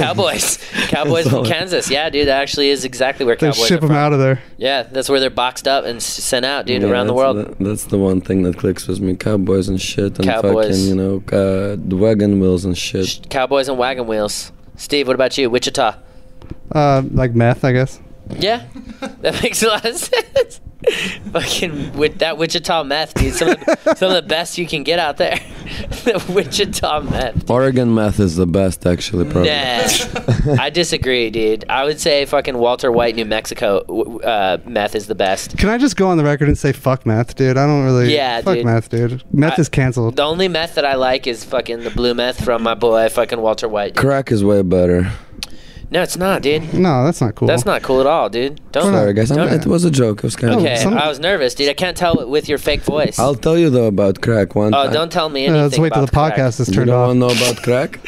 Speaker 1: Cowboys. Cowboys from
Speaker 4: Solid.
Speaker 1: Kansas. Yeah, dude. That actually is exactly where
Speaker 2: They
Speaker 1: Cowboys
Speaker 2: ship
Speaker 1: are
Speaker 2: them
Speaker 1: from.
Speaker 2: out of there.
Speaker 1: Yeah, that's where they're boxed up and s- sent out, dude,
Speaker 4: Yeah,
Speaker 1: around the
Speaker 4: that's-
Speaker 1: world.
Speaker 4: that- that's the one thing that clicks with me: cowboys and shit, and
Speaker 1: Cowboys.
Speaker 4: fucking you know, uh, the wagon wheels and shit.
Speaker 1: Sh- Cowboys and wagon wheels. Steve, what about you? Wichita.
Speaker 2: Uh, like meth, I guess.
Speaker 1: Yeah, that makes a lot of sense. Fucking with that Wichita meth, dude. Some of the, some of the best you can get out there. the Wichita meth.
Speaker 4: Oregon meth is the best, actually, probably.
Speaker 1: Nah, I disagree, dude. I would say fucking Walter White, New Mexico w- w- uh, meth is the best.
Speaker 2: Can I just go on the record and say fuck meth, dude? I don't really.
Speaker 1: Yeah,
Speaker 2: Fuck
Speaker 1: dude.
Speaker 2: meth, dude. Meth
Speaker 1: I-
Speaker 2: is canceled.
Speaker 1: The only meth that I like is fucking the blue meth from my boy fucking Walter White. dude.
Speaker 4: Crack is way better.
Speaker 1: No, it's not, dude.
Speaker 2: No, that's not cool.
Speaker 1: That's not cool at all, dude. Don't.
Speaker 4: Sorry, guys. I'm,
Speaker 1: don't-
Speaker 4: it was a joke. It was kind
Speaker 1: Okay,
Speaker 4: of.
Speaker 2: Some-
Speaker 1: I was nervous, dude. I can't tell it with your fake voice.
Speaker 4: I'll tell you though about crack one.
Speaker 1: oh,
Speaker 4: time.
Speaker 1: don't tell me anything.
Speaker 2: Yeah, Uh, let's wait till
Speaker 1: about
Speaker 2: the podcast is
Speaker 4: You
Speaker 2: turned
Speaker 4: don't
Speaker 2: off.
Speaker 4: want to know about crack?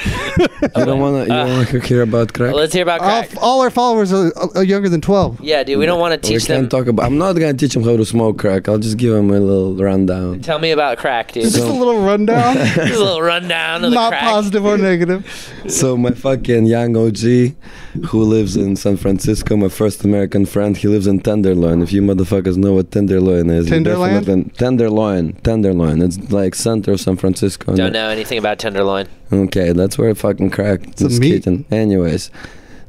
Speaker 4: you don't want to. You don't want to hear about crack?
Speaker 1: Uh, Let's hear about
Speaker 2: All,
Speaker 1: crack.
Speaker 2: all our followers are, are younger than 12.
Speaker 1: yeah, dude. We don't want to
Speaker 4: we
Speaker 1: teach them.
Speaker 4: can't talk about. I'm not gonna teach him how to smoke crack. I'll just give him a little rundown.
Speaker 1: Tell me about crack, dude.
Speaker 2: Just a little rundown.
Speaker 1: Just a little rundown of the
Speaker 2: not
Speaker 1: crack.
Speaker 2: positive or negative.
Speaker 4: So my fucking young OG, who lives in San Francisco, my first American friend, he lives in Tenderloin. If you motherfuckers know what Tenderloin is, you
Speaker 2: Tenderland?
Speaker 4: definitely- Tenderloin, Tenderloin. It's like center of San Francisco.
Speaker 1: Don't know anything about tenderloin.
Speaker 4: Okay, that's where I fucking crack. It's
Speaker 2: a meat.
Speaker 4: Anyways,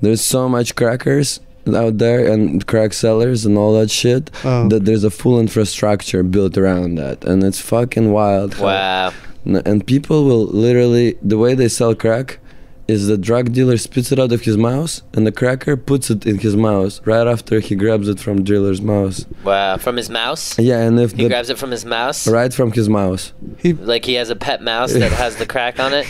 Speaker 4: there's so much crackers out there and crack sellers and all that shit
Speaker 2: Oh.
Speaker 4: that there's a full infrastructure built around that, and it's fucking wild. how-
Speaker 1: Wow.
Speaker 4: N- And people will literally the way they sell crack is the drug dealer spits it out of his mouth and the cracker puts it in his mouth right after he grabs it from dealer's mouth.
Speaker 1: Wow. From his mouse?
Speaker 4: Yeah, and if
Speaker 1: He
Speaker 4: the
Speaker 1: grabs it from his mouse?
Speaker 4: right from his mouth.
Speaker 1: Like he has a pet mouse that has the crack on it?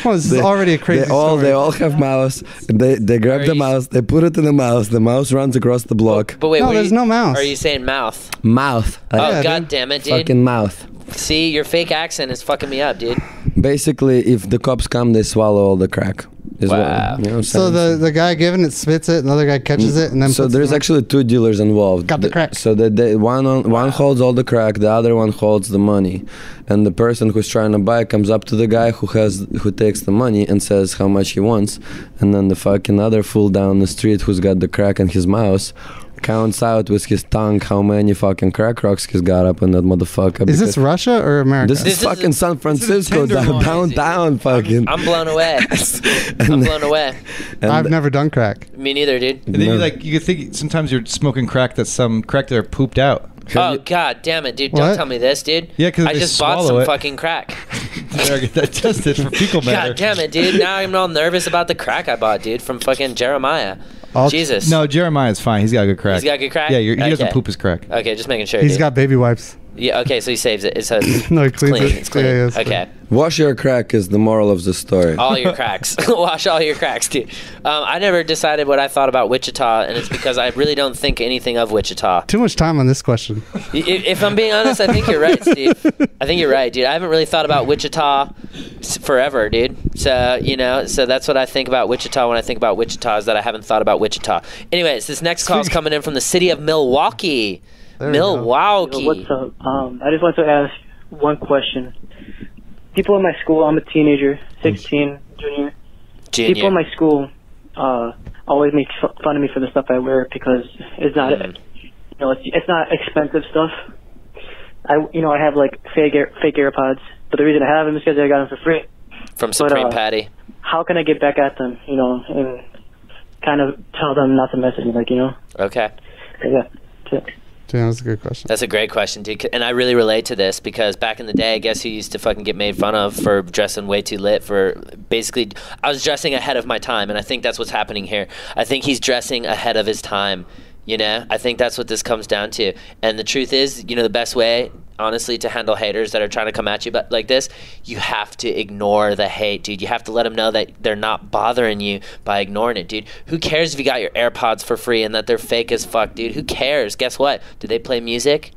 Speaker 2: Well, this is
Speaker 4: They-
Speaker 2: already a crazy
Speaker 4: they all
Speaker 2: story.
Speaker 4: they all have mouse. They they grab
Speaker 1: Very
Speaker 4: the
Speaker 1: easy.
Speaker 4: mouse, they put it in the mouse. The mouse runs across the block.
Speaker 1: But wait,
Speaker 2: No,
Speaker 1: were
Speaker 2: there's
Speaker 1: you-
Speaker 2: no mouse.
Speaker 1: Are you saying mouth?
Speaker 4: Mouth.
Speaker 1: Oh,
Speaker 4: Like,
Speaker 2: Yeah,
Speaker 1: god
Speaker 2: dude.
Speaker 1: damn it, dude.
Speaker 4: fucking mouth.
Speaker 1: See, your fake accent is fucking me up, dude.
Speaker 4: Basically, if the cops come, they swallow all the crack. Is
Speaker 1: Wow.
Speaker 4: What, you know what I'm
Speaker 2: so
Speaker 4: saying?
Speaker 2: the the guy giving it spits it, another guy catches it, and then
Speaker 4: so
Speaker 2: puts
Speaker 4: there's
Speaker 2: it in-
Speaker 4: actually two dealers involved.
Speaker 2: Got the crack.
Speaker 4: So that they, one on, one holds all the crack, the other one holds the money, and the person who's trying to buy comes up to the guy who has who takes the money and says how much he wants, and then the fucking other fool down the street who's got the crack in his mouth counts out with his tongue how many fucking crack rocks he's got up in that motherfucker.
Speaker 2: Is
Speaker 4: because
Speaker 2: this Russia or America?
Speaker 4: This,
Speaker 1: This
Speaker 4: is
Speaker 1: is-
Speaker 4: fucking San Francisco down,
Speaker 3: Tenderloin.
Speaker 4: downtown fucking.
Speaker 1: I'm blown away.
Speaker 4: And-
Speaker 1: I'm blown away.
Speaker 4: and-
Speaker 2: I've never done crack.
Speaker 1: Me neither, dude.
Speaker 3: And then you
Speaker 4: No.
Speaker 3: like you could think sometimes you're smoking crack that's some crack that are pooped out.
Speaker 1: Oh god damn it, dude. Don't
Speaker 2: What?
Speaker 1: tell me this, dude.
Speaker 3: Yeah, 'cause
Speaker 1: I
Speaker 3: they
Speaker 1: just bought
Speaker 3: swallow
Speaker 1: some
Speaker 3: it.
Speaker 1: fucking crack.
Speaker 3: Better get that tested for fecal matter.
Speaker 1: God damn it, dude. Now I'm all nervous about the crack I bought, dude, from fucking Jeremiah.
Speaker 2: All-
Speaker 1: Jesus.
Speaker 3: No, Jeremiah's fine. He's got good crack.
Speaker 1: He's got good crack?
Speaker 3: Yeah, you're, he doesn't
Speaker 1: Okay.
Speaker 3: poop his crack.
Speaker 1: Okay, just making sure.
Speaker 2: He's
Speaker 1: dude.
Speaker 2: got baby wipes.
Speaker 1: Yeah. Okay, so he saves it. It says
Speaker 2: No, he
Speaker 1: it's
Speaker 2: cleans
Speaker 1: clean.
Speaker 2: it.
Speaker 1: It's clean.
Speaker 2: Yeah, yeah, it's
Speaker 1: okay.
Speaker 4: Wash your crack is the moral of the story.
Speaker 1: all your cracks. Wash all your cracks, dude. Um, I never decided what I thought about Wichita, and it's because I really don't think anything of Wichita.
Speaker 2: Too much time on this question.
Speaker 1: I- If I'm being honest, I think you're right, Steve. I think you're right, dude. I haven't really thought about Wichita s- forever, dude. So you know, so that's what I think about Wichita when I think about Wichita is that I haven't thought about Wichita. Anyways, this next call is coming in from the city of Milwaukee.
Speaker 2: we go.
Speaker 1: Milwaukee.
Speaker 5: What's up? Um, I just want to ask one question. People in my school, I'm a teenager, 16, junior. People
Speaker 1: Junior.
Speaker 5: in my school uh, always make fu- fun of me for the stuff I wear because it's not,
Speaker 1: Mm.
Speaker 5: you know, it's, it's not expensive stuff. I, you know, I have like fake air, fake AirPods, but the reason I have them is because I got them for free.
Speaker 1: from Supreme
Speaker 5: uh,
Speaker 1: Patty.
Speaker 5: How can I get back at them, you know, and kind of tell them not to message me, like you know?
Speaker 1: Okay.
Speaker 5: Yeah. that's it.
Speaker 2: Damn, that's a good question.
Speaker 1: That's a great question, dude. And I really relate to this because back in the day, I guess who used to fucking get made fun of for dressing way too lit? For basically, I was dressing ahead of my time, and I think that's what's happening here. I think he's dressing ahead of his time. You know, I think that's what this comes down to. And the truth is, you know, the best way, honestly, to handle haters that are trying to come at you but like this, you have to ignore the hate, dude. You have to let them know that they're not bothering you by ignoring it, dude. Who cares if you got your AirPods for free and that they're fake as fuck, dude? Who cares? Guess what? Do they play music?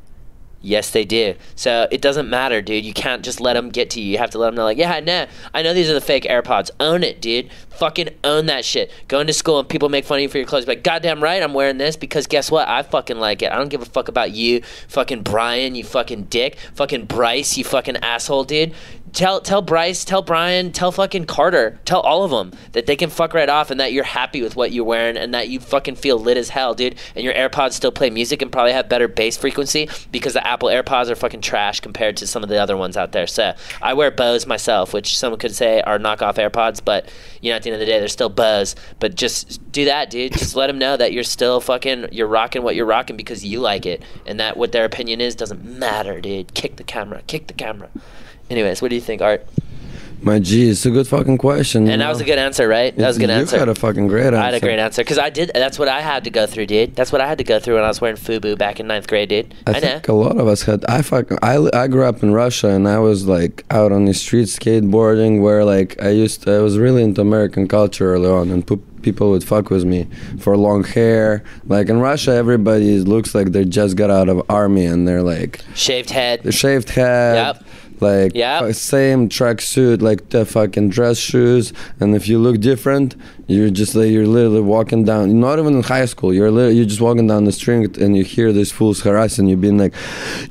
Speaker 1: Yes, they do. So it doesn't matter, dude. You can't just let them get to you. You have to let them know, like, yeah, I know. I know these are the fake AirPods. Own it, dude. Fucking own that shit. Go into school and people make fun of you for your clothes. But goddamn right, I'm wearing this because guess what? I fucking like it. I don't give a fuck about you, fucking Brian, you fucking dick, fucking Bryce, you fucking asshole, dude. Tell tell Bryce, tell Brian, tell fucking Carter, tell all of them that they can fuck right off and that you're happy with what you're wearing and that you fucking feel lit as hell, dude. And your AirPods still play music and probably have better bass frequency because the Apple AirPods are fucking trash compared to some of the other ones out there. So I wear Bose myself, which someone could say are knockoff AirPods, but you know at the end of the day they're still Bose. But just do that, dude. Just let them know that you're still fucking you're rocking what you're rocking because you like it and that what their opinion is doesn't matter, dude. Kick the camera, kick the camera. Anyways, what do you think, Art?
Speaker 4: My G, it's a good fucking question. you
Speaker 1: And that was
Speaker 4: know?
Speaker 1: a good answer, right? That was a good
Speaker 4: you
Speaker 1: answer.
Speaker 4: had a fucking great answer.
Speaker 1: I had a great answer because I did. That's what I had to go through, dude. That's what I had to go through when I was wearing FUBU back in ninth grade, dude.
Speaker 4: I,
Speaker 1: I, know.
Speaker 4: think a lot of us had. I fuck. I, li- I grew up in Russia and I was like out on the street skateboarding where like I used. I was really into American culture early on and poop, people would fuck with me for long hair. Like in Russia, everybody looks like they just got out of army and they're like
Speaker 1: Shaved head.
Speaker 4: shaved head.
Speaker 1: Yep.
Speaker 4: Like
Speaker 1: Yep.
Speaker 4: fu- same tracksuit, like the fucking dress shoes, and if you look different, you're just like you're literally walking down. Not even in high school, you're literally, you're just walking down the street and you hear these fools harassing you, being like,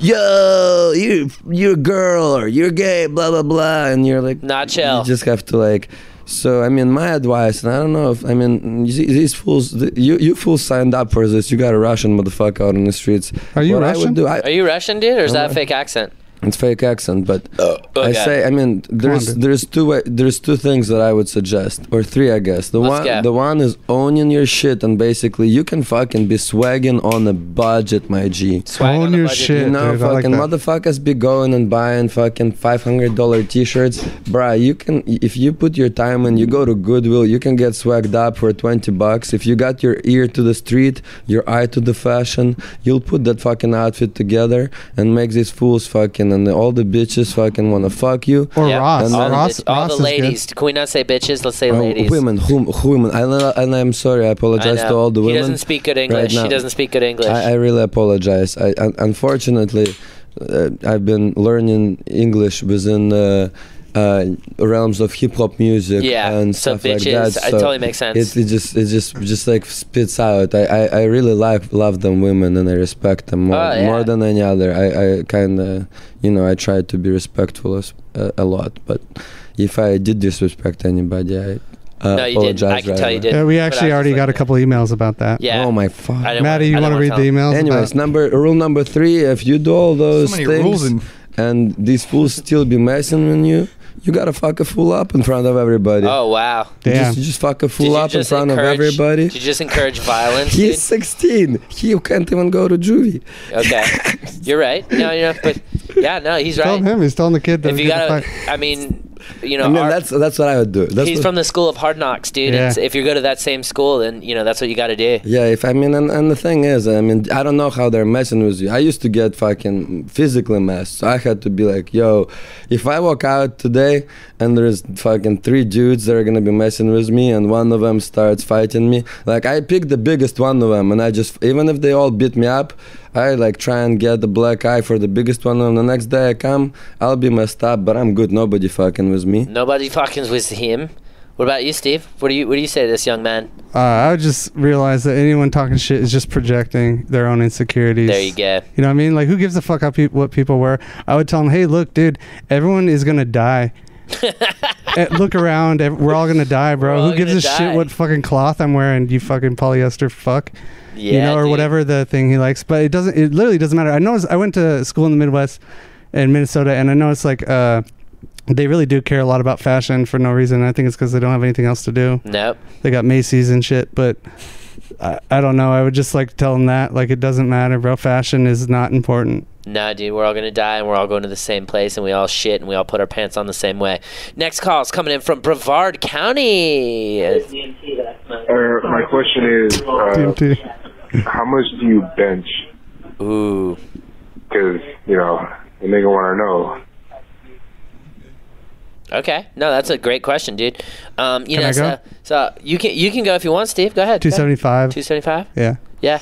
Speaker 4: "Yo, you you're a girl or you're gay, blah blah blah," and you're like,
Speaker 1: Not chill.
Speaker 4: You just have to like. So I mean, my advice, and I don't know if I mean th- these fools. th- You you fools signed up for this. You got a Russian motherfucker out in the streets.
Speaker 2: Are you
Speaker 4: what I
Speaker 2: Russian?
Speaker 4: would do, I,
Speaker 1: Are you Russian, dude, or is that a
Speaker 4: I'm-
Speaker 1: fake accent?
Speaker 4: it's fake accent, but
Speaker 1: Oh,
Speaker 4: I
Speaker 1: God.
Speaker 4: say I mean there's
Speaker 2: dude.
Speaker 4: there's two way, there's two things that I would suggest or three I guess. The
Speaker 1: Let's
Speaker 4: one
Speaker 1: go.
Speaker 4: the one is owning your shit and basically you can fucking be swagging on a budget, my G.
Speaker 1: Swag
Speaker 2: Own
Speaker 1: on the
Speaker 2: your
Speaker 1: budget,
Speaker 2: shit.
Speaker 4: You
Speaker 1: dude.
Speaker 2: Yeah,
Speaker 4: know,
Speaker 2: dude, I like
Speaker 4: fucking
Speaker 2: that.
Speaker 4: motherfuckers be going and buying fucking five hundred dollar t-shirts, bruh. You can if you put your time and you go to Goodwill, you can get swagged up for twenty bucks. If you got your ear to the street, your eye to the fashion, you'll put that fucking outfit together and make these fools fucking and all the bitches fucking wanna fuck you.
Speaker 2: Or
Speaker 1: Yep.
Speaker 2: Ross.
Speaker 4: And
Speaker 1: All, the,
Speaker 2: Ross,
Speaker 1: bitch- all
Speaker 2: Ross
Speaker 1: the
Speaker 2: is good.
Speaker 1: ladies. Can we not say bitches? Let's say
Speaker 4: Oh,
Speaker 1: ladies.
Speaker 4: women, whom, who women. I, and I'm sorry. I
Speaker 1: I
Speaker 4: apologize to
Speaker 1: know.
Speaker 4: all the women.
Speaker 1: He doesn't speak good English.
Speaker 4: now.
Speaker 1: He doesn't speak good English.
Speaker 4: I, I really apologize. I, un unfortunately, uh, I've been learning English within uh, uh, realms of hip hop music
Speaker 1: Yeah,
Speaker 4: and
Speaker 1: so
Speaker 4: stuff like
Speaker 1: bitches,
Speaker 4: that.
Speaker 1: it totally makes sense.
Speaker 4: It, it just it just just like spits out. I, I, I really like love them women and I respect them more,
Speaker 1: Oh, yeah.
Speaker 4: more than any other. I, I kind of you know I try to be respectful as, uh, a lot, but if I did disrespect anybody, I uh,
Speaker 1: No, you
Speaker 4: apologize.
Speaker 1: didn't. I can tell
Speaker 4: right
Speaker 1: you
Speaker 4: away.
Speaker 1: didn't.
Speaker 2: Yeah, we
Speaker 1: But I
Speaker 2: actually
Speaker 1: was
Speaker 2: already
Speaker 1: just
Speaker 2: got a
Speaker 1: like-
Speaker 2: couple emails about that.
Speaker 1: yeah.
Speaker 4: Oh my fuck!
Speaker 1: I didn't
Speaker 2: Maddie, you
Speaker 1: I
Speaker 2: want to
Speaker 1: didn't
Speaker 2: read the
Speaker 1: wanna tell
Speaker 2: emails?
Speaker 4: Anyways,
Speaker 2: about-
Speaker 4: number rule number three: if you do all those
Speaker 3: So many
Speaker 4: things
Speaker 3: rules and
Speaker 4: and these fools still be messing with you, you gotta fuck a fool up in front of everybody.
Speaker 1: Oh wow.
Speaker 4: You
Speaker 2: Damn.
Speaker 4: just, you just fuck a
Speaker 1: Did
Speaker 4: fool
Speaker 1: you
Speaker 4: up in
Speaker 1: just
Speaker 4: front of
Speaker 1: encourage-
Speaker 4: everybody.
Speaker 1: Did you just encourage violence? dude?
Speaker 4: He's 16. He can't even go to juvie.
Speaker 1: Okay, you're right. No, you know, but yeah, no, he's
Speaker 2: Tell
Speaker 1: right.
Speaker 2: him. He's telling the kid.
Speaker 1: If you
Speaker 2: get the
Speaker 1: gotta,
Speaker 2: fuck-
Speaker 1: I mean, you know,
Speaker 4: I mean,
Speaker 1: our-
Speaker 4: that's that's what I would do. That's
Speaker 1: he's
Speaker 4: what-
Speaker 1: from the school of hard knocks, dude.
Speaker 2: Yeah.
Speaker 1: It's, if you go to that same school, then you know that's what you got to do.
Speaker 4: Yeah, if I mean, and, and the thing is, I mean, I don't know how they're messing with you. I used to get fucking physically messed, so I had to be like, yo, if I walk out today and there's fucking three dudes that are gonna be messing with me, and one of them starts fighting me, like I pick the biggest one of them, and I just, even if they all beat me up, I like try and get the black eye for the biggest one, and the next day I come, I'll be messed up, but I'm good. Nobody fucking with me.
Speaker 1: Nobody fucking with him. What about you, Steve? What do you What do you say to this young man?
Speaker 2: Uh, I would just realize that anyone talking shit is just projecting their own insecurities.
Speaker 1: There you go.
Speaker 2: You know what I mean? Like, who gives a fuck how peop what people wear? I would tell them, hey, look, dude, everyone is gonna die. Eh, look around, ev- we're all gonna die,
Speaker 1: We're
Speaker 2: bro.
Speaker 1: all
Speaker 2: Who gives
Speaker 1: gonna
Speaker 2: a
Speaker 1: die.
Speaker 2: shit what fucking cloth I'm wearing? You fucking polyester fuck,
Speaker 1: Yeah,
Speaker 2: you know, or
Speaker 1: dude.
Speaker 2: whatever the thing he likes. But it doesn't. It literally doesn't matter. I noticed. I went to school in the Midwest, in Minnesota, and I noticed like uh, they really do care a lot about fashion for no reason. I think it's because they don't have anything else to do
Speaker 1: Nope.
Speaker 2: they got Macy's and shit, but I, I don't know. I would just like to tell them that like it doesn't matter, bro. Fashion is not important.
Speaker 1: Nah, dude, we're all gonna die and we're all going to the same place and we all shit and we all put our pants on the same way. Next call is coming in from Brevard County.
Speaker 7: Uh, my question is, uh,
Speaker 2: DMT.
Speaker 7: how much do you bench?
Speaker 1: Ooh.
Speaker 7: Because you know, the nigga want
Speaker 1: Okay. No, that's a great question, dude. Um, you
Speaker 2: Can
Speaker 1: know,
Speaker 2: I
Speaker 1: so,
Speaker 2: go?
Speaker 1: so you can you can go if you want, Steve. Go ahead.
Speaker 2: Two seventy five.
Speaker 1: Two seventy five.
Speaker 2: Yeah,
Speaker 1: Yeah.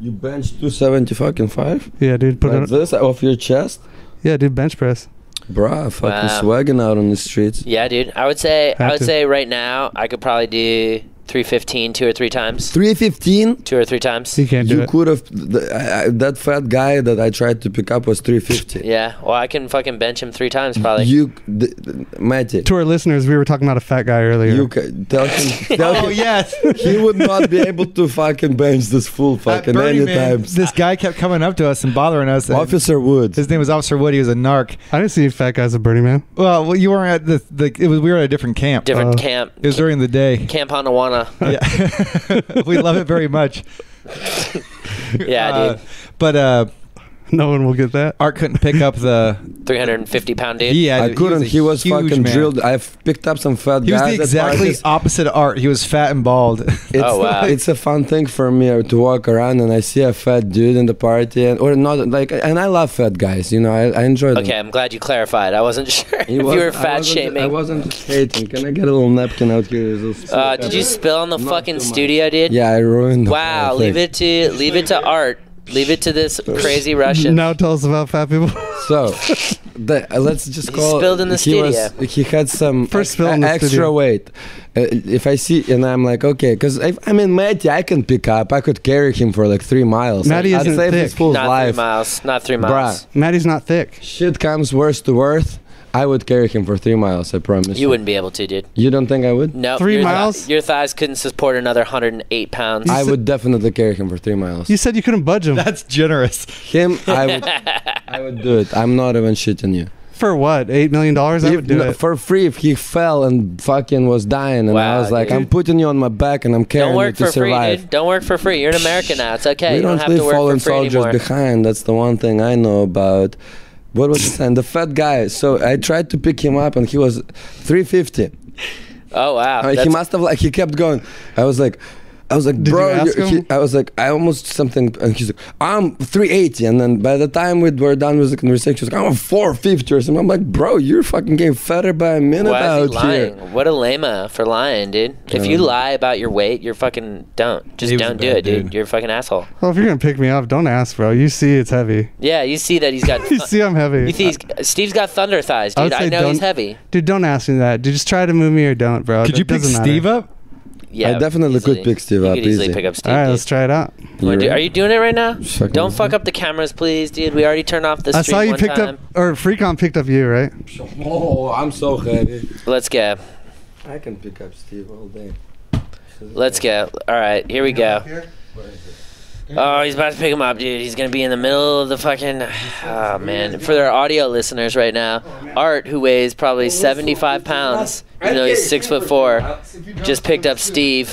Speaker 4: You bench 270 fucking five?
Speaker 2: yeah, dude. Put
Speaker 4: Like
Speaker 2: it.
Speaker 4: this off your chest?
Speaker 2: Yeah, dude. Bench press.
Speaker 4: Bruh, fucking
Speaker 1: Wow.
Speaker 4: swagging out on the streets.
Speaker 1: Yeah, dude. I would say I
Speaker 2: Have
Speaker 1: would
Speaker 2: to.
Speaker 1: say right now I could probably do 315 two or three times.
Speaker 4: 315
Speaker 1: Two or three times.
Speaker 2: You can't do
Speaker 4: you
Speaker 2: it.
Speaker 4: could have th- I, I, that fat guy that i tried to pick up was 350
Speaker 1: Yeah. Well, I can fucking bench him three times probably.
Speaker 4: you th- th- matty
Speaker 2: To our listeners, we were talking about a fat guy earlier.
Speaker 4: you ca- tell him tell
Speaker 3: Oh
Speaker 4: him
Speaker 3: yes.
Speaker 4: he would not be able to fucking bench this fool
Speaker 3: At
Speaker 4: fucking
Speaker 3: Burning Man,
Speaker 4: anytime
Speaker 3: This guy kept coming up to us and bothering us. and
Speaker 4: officer wood
Speaker 3: His name was Officer Wood. He was a narc.
Speaker 2: I didn't see fat guys at Burning Man.
Speaker 3: Well, well, you weren't at the, the. It was we were at a different camp.
Speaker 1: Different
Speaker 2: Uh,
Speaker 1: camp.
Speaker 3: It was during the day.
Speaker 1: Camp Hanawana.
Speaker 3: Yeah, we love it very much.
Speaker 1: Yeah,
Speaker 3: Uh,
Speaker 1: dude.
Speaker 3: But uh,
Speaker 2: No one will get that.
Speaker 3: Art couldn't pick up the.
Speaker 1: 350 pound dude.
Speaker 3: He had,
Speaker 4: i couldn't he was,
Speaker 3: a huge
Speaker 4: fucking
Speaker 3: man.
Speaker 4: drilled i've picked up some fat
Speaker 3: He was
Speaker 4: guys
Speaker 3: the
Speaker 4: at
Speaker 3: exactly
Speaker 4: parties.
Speaker 3: opposite of Art. He was fat and bald.
Speaker 4: It's,
Speaker 1: Oh, wow.
Speaker 4: it's a fun thing for me uh, to walk around and I see a fat dude in the party and or not like and I love fat guys you know I, I enjoy them.
Speaker 1: Okay, I'm glad you clarified. I wasn't sure if
Speaker 4: He
Speaker 1: you
Speaker 4: was-
Speaker 1: were
Speaker 4: I
Speaker 1: fat
Speaker 4: wasn't- I
Speaker 1: shaming.
Speaker 4: wasn't just hating. Can I get a little napkin out here?
Speaker 1: Uh, did you spill on the
Speaker 4: Not
Speaker 1: fucking
Speaker 4: too much.
Speaker 1: studio, dude?
Speaker 4: Yeah, I ruined. the
Speaker 1: Wow.
Speaker 4: whole
Speaker 1: Leave
Speaker 4: thing.
Speaker 1: it to leave it to Art. Leave it to this crazy Russian.
Speaker 2: Now tell us about fat people.
Speaker 4: So, the, uh, let's just
Speaker 1: He
Speaker 4: call.
Speaker 1: spilled in the
Speaker 4: he was-
Speaker 1: studio.
Speaker 4: he had some
Speaker 2: First
Speaker 4: ex-
Speaker 2: spill in the
Speaker 4: extra
Speaker 2: studio.
Speaker 4: weight. Uh, if I see and I'm like, okay, because I mean, Matty, I can pick up. I could carry him for like three miles.
Speaker 2: Matty
Speaker 4: I'd
Speaker 2: isn't
Speaker 4: save
Speaker 2: thick.
Speaker 4: this fool's
Speaker 1: Not three
Speaker 4: life.
Speaker 1: miles. Not three miles.
Speaker 4: Bruh.
Speaker 2: Maddie's not thick.
Speaker 4: Shit comes worse to worse. I would carry him for three miles. I promise.
Speaker 1: You wouldn't be able to, dude.
Speaker 4: You don't think I would?
Speaker 1: No.
Speaker 2: Three
Speaker 1: your thi-
Speaker 2: miles?
Speaker 1: your thighs couldn't support another 108 pounds.
Speaker 4: I would definitely carry him for three miles.
Speaker 2: You said you couldn't budge him.
Speaker 3: That's generous.
Speaker 4: Him, I would, I would do it. I'm not even shitting you.
Speaker 2: For what? $8 million? I
Speaker 4: If-
Speaker 2: would do
Speaker 4: no,
Speaker 2: it.
Speaker 4: For free, if he fell and fucking was dying, and I
Speaker 1: Wow,
Speaker 4: was like,
Speaker 1: dude.
Speaker 4: I'm putting you on my back and I'm
Speaker 1: don't
Speaker 4: carrying you
Speaker 1: work
Speaker 4: to
Speaker 1: for
Speaker 4: survive.
Speaker 1: free, dude. Don't work for free. You're an American now. It's okay.
Speaker 4: we
Speaker 1: you
Speaker 4: don't,
Speaker 1: don't have
Speaker 4: leave
Speaker 1: to work
Speaker 4: fallen
Speaker 1: for free
Speaker 4: soldiers
Speaker 1: anymore.
Speaker 4: behind. That's the one thing I know about. What was his name? The fat guy. So I tried to pick him up, and he was 350.
Speaker 1: Oh wow.
Speaker 4: I mean, he
Speaker 1: That's-
Speaker 4: must have like he kept going. I was like, I was like,
Speaker 2: Did
Speaker 4: bro.
Speaker 2: you ask
Speaker 4: you're- he-
Speaker 2: him?
Speaker 4: I was like, I almost something. And he's like, I'm 380. And then by the time we were done with the conversation, he's like, I'm 450 or something. I'm like, bro, you're fucking getting fatter by a minute
Speaker 1: Why is
Speaker 4: out
Speaker 1: he lying?
Speaker 4: here.
Speaker 1: What a lama for lying, dude. If you lie about your weight, you're fucking don't. Just
Speaker 3: He was a
Speaker 1: don't do
Speaker 3: bad
Speaker 1: it, dude.
Speaker 3: dude.
Speaker 1: You're a fucking asshole.
Speaker 2: Well, if you're going to pick me up, don't ask, bro. You see it's heavy.
Speaker 1: Yeah, you see that he's got.
Speaker 2: You see I'm heavy.
Speaker 1: You see he's, Steve's got thunder thighs,
Speaker 2: I
Speaker 1: dude.
Speaker 2: would
Speaker 1: I,
Speaker 2: say
Speaker 1: know he's
Speaker 2: don't-
Speaker 1: heavy.
Speaker 2: Dude, don't ask me that. Dude, just try to move me or don't, bro.
Speaker 3: Could
Speaker 2: It
Speaker 3: you pick
Speaker 2: doesn't matter.
Speaker 3: Steve up?
Speaker 1: Yeah,
Speaker 4: definitely could
Speaker 1: easily.
Speaker 4: pick Steve
Speaker 1: You
Speaker 4: up,
Speaker 1: Could easily
Speaker 4: easy.
Speaker 1: pick up Steve.
Speaker 2: All right,
Speaker 1: dude.
Speaker 2: let's try it out.
Speaker 1: Wanna do-
Speaker 4: You're-
Speaker 1: are you doing it right now?
Speaker 4: Fucking
Speaker 1: Don't fuck
Speaker 4: easy.
Speaker 1: up the cameras, please, dude. We already turned off the
Speaker 2: I
Speaker 1: stream
Speaker 2: saw you
Speaker 1: one
Speaker 2: picked
Speaker 1: time.
Speaker 2: up, or Freecon picked up you, right?
Speaker 4: Oh, I'm so heavy.
Speaker 1: Let's go.
Speaker 4: I can pick up Steve all day.
Speaker 1: Let's go. All right, here we go. Oh, he's about to pick him up, dude. He's gonna be in the middle of the fucking. Oh man, for their audio listeners right now, Art, who weighs probably 75 pounds, even though he's six foot four, just picked up Steve,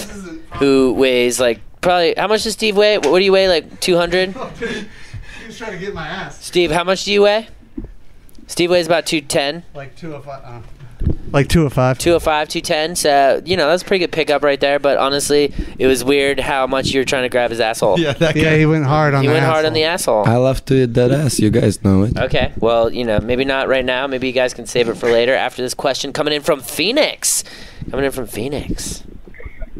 Speaker 1: who weighs like probably. How much does Steve weigh? What do you weigh? Like 200?
Speaker 2: He was trying to get my ass.
Speaker 1: Steve, how much do you weigh? Steve weighs about 210,
Speaker 2: Like two of uh, five. like two of five.
Speaker 1: 205, 210. So you know that's a pretty good pickup right there. But honestly, it was weird how much you were trying to grab his asshole.
Speaker 3: Yeah, that
Speaker 2: Yeah,
Speaker 3: guy.
Speaker 2: he went hard on
Speaker 1: You
Speaker 2: the
Speaker 1: went hard on the
Speaker 2: asshole.
Speaker 1: asshole.
Speaker 4: I love to eat that ass. You guys know it.
Speaker 1: Okay. Well, you know, maybe not right now. Maybe you guys can save it for later after this question coming in from Phoenix. Coming in from Phoenix.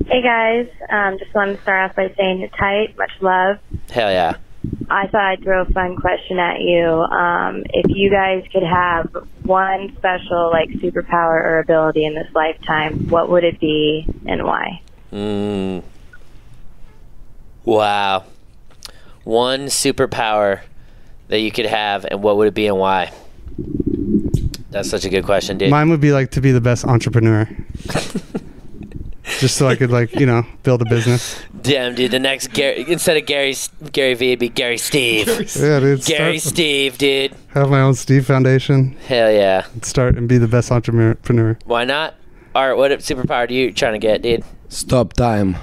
Speaker 8: Hey guys, um, just wanted to start off by saying you're tight. Much love.
Speaker 1: Hell yeah.
Speaker 8: I thought I'd throw a fun question at you. Um, if you guys could have one special like superpower or ability in this lifetime, what would it be and why?
Speaker 1: Mm. Wow. One superpower that you could have, and what would it be and why? That's such a good question, dude.
Speaker 2: Mine would be like to be the best entrepreneur. Just so I could like you know build a business.
Speaker 1: Damn, dude. The next Gary, instead of Gary Gary V, it'd be Gary Steve.
Speaker 2: Yeah, dude.
Speaker 1: Gary
Speaker 2: start-
Speaker 1: Steve, dude.
Speaker 2: have my own Steve Foundation.
Speaker 1: Hell yeah.
Speaker 2: Start and be the best entrepreneur.
Speaker 1: Why not? All right. What superpower do you trying to get, dude?
Speaker 4: Stop time.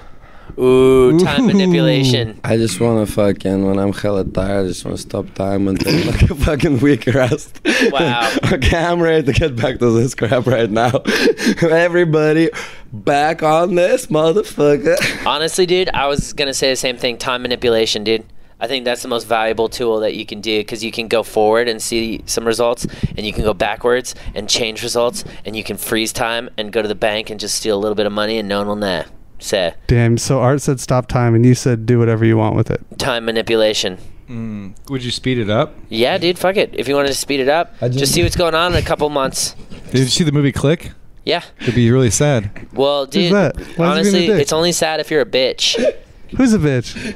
Speaker 1: Ooh, time manipulation.
Speaker 4: I just want to fucking, when I'm hella tired, I just want to stop time and take like a fucking week rest.
Speaker 1: Wow.
Speaker 4: okay, I'm ready to get back to this crap right now. Everybody, back on this motherfucker.
Speaker 1: Honestly, dude, I was gonna say the same thing. Time manipulation, dude. I think that's the most valuable tool that you can do because you can go forward and see some results, and you can go backwards and change results, and you can freeze time and go to the bank and just steal a little bit of money, and no one will know. So,
Speaker 2: Damn. So Art said stop time, and you said do whatever you want with it.
Speaker 1: time manipulation.
Speaker 3: Would you speed it up?
Speaker 1: Yeah, dude, fuck it. If you wanted to speed it up,
Speaker 4: I just-
Speaker 1: just see what's going on in a couple months.
Speaker 3: Did you see the movie Click?
Speaker 1: Yeah.
Speaker 3: It'd be really sad.
Speaker 1: Well, dude,
Speaker 2: that? Why is he being a
Speaker 1: honestly,
Speaker 2: dick?
Speaker 1: it's only sad if you're a bitch.
Speaker 2: Who's a bitch?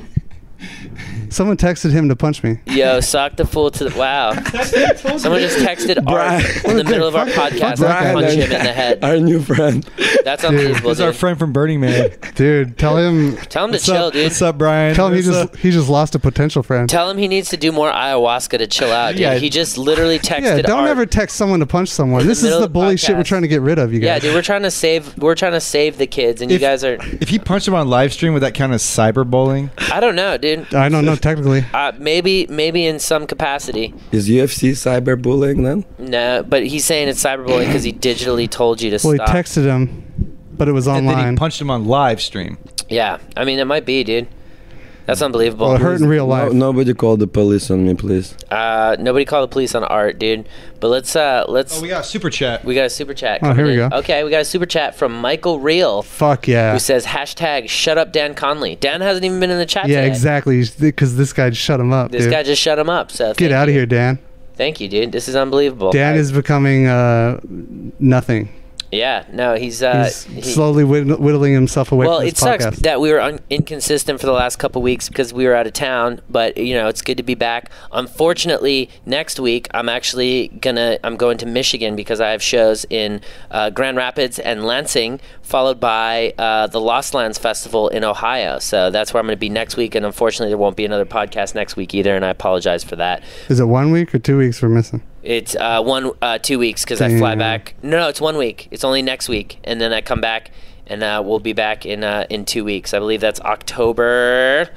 Speaker 2: Someone texted him to punch me.
Speaker 1: Yo, sock the fool to the wow. Someone just texted Art in the middle of our podcast.
Speaker 2: Brian,
Speaker 1: Like, punch him in the
Speaker 4: our
Speaker 1: head.
Speaker 4: new friend.
Speaker 1: That's unbelievable.
Speaker 3: Who's our
Speaker 1: Dude.
Speaker 3: friend from Burning Man?
Speaker 2: Dude, tell him.
Speaker 1: Tell him to
Speaker 3: What's up?
Speaker 1: chill, dude.
Speaker 3: What's up, Brian?
Speaker 2: Tell him he
Speaker 3: What's
Speaker 2: just
Speaker 3: up?
Speaker 2: he just lost a potential friend.
Speaker 1: Tell him he needs to do more ayahuasca to chill out, dude.
Speaker 2: Yeah.
Speaker 1: He just literally texted.
Speaker 2: yeah, don't
Speaker 1: Art.
Speaker 2: ever text someone to punch someone. This is
Speaker 1: middle
Speaker 2: the
Speaker 1: of the
Speaker 2: bully shit we're
Speaker 1: podcast.
Speaker 2: trying to get rid of, you
Speaker 1: Yeah,
Speaker 2: guys.
Speaker 1: dude, we're trying to save. We're trying to save the kids, and you
Speaker 3: If-
Speaker 1: guys are.
Speaker 3: If he punched him on live stream, would that count as cyberbullying?
Speaker 1: I don't know, dude.
Speaker 2: I don't know technically.
Speaker 1: Uh, maybe, maybe in some capacity.
Speaker 4: Is UFC cyberbullying then?
Speaker 1: No, but he's saying it's cyberbullying because he digitally told you to
Speaker 2: Well, he
Speaker 1: stop.
Speaker 2: texted him, but it was
Speaker 3: And then he
Speaker 2: online.
Speaker 3: punched him on live stream.
Speaker 1: yeah, I mean it might be, dude. That's unbelievable.
Speaker 2: Well, it hurt in real
Speaker 4: No,
Speaker 2: life.
Speaker 4: nobody call the police on me, please.
Speaker 1: Uh, nobody call the police on Art, dude. But let's uh, let's
Speaker 3: Oh, we
Speaker 1: we,
Speaker 3: got a super chat.
Speaker 1: got a super chat.
Speaker 2: Oh,
Speaker 1: coming
Speaker 2: here we
Speaker 1: in.
Speaker 2: go.
Speaker 1: Okay, we got a super chat from Michael Real
Speaker 2: Fuck yeah.
Speaker 1: who says hashtag Shut up Dan Conley. Dan hasn't even been in the chat.
Speaker 2: Yeah,
Speaker 1: today.
Speaker 2: exactly. Because this guy shut him up,
Speaker 1: This
Speaker 2: dude.
Speaker 1: guy just shut him up. So
Speaker 2: Get
Speaker 1: thank
Speaker 2: out of
Speaker 1: you.
Speaker 2: here, Dan.
Speaker 1: Thank you, dude. This is unbelievable.
Speaker 2: Dan
Speaker 1: I-
Speaker 2: is becoming uh, nothing.
Speaker 1: Yeah, no, he's uh,
Speaker 2: He's
Speaker 1: he-
Speaker 2: slowly whitt- whittling himself away
Speaker 1: well,
Speaker 2: from
Speaker 1: it
Speaker 2: this
Speaker 1: sucks
Speaker 2: podcast.
Speaker 1: that we were un- inconsistent for the last couple weeks because we were out of town. But you know, it's good to be back. Unfortunately, next week I'm actually gonna I'm going to Michigan because I have shows in uh, Grand Rapids and Lansing, followed by uh, the Lost Lands Festival in Ohio. So that's where I'm going to be next week. And unfortunately, there won't be another podcast next week either. And I apologize for that.
Speaker 2: Is it one week or two weeks we're missing?
Speaker 1: It's uh, one uh, two weeks because I fly
Speaker 2: Damn.
Speaker 1: back. No, no, it's one week. It's only next week, and then I come back, and uh, we'll be back in uh, in two weeks. I believe that's October.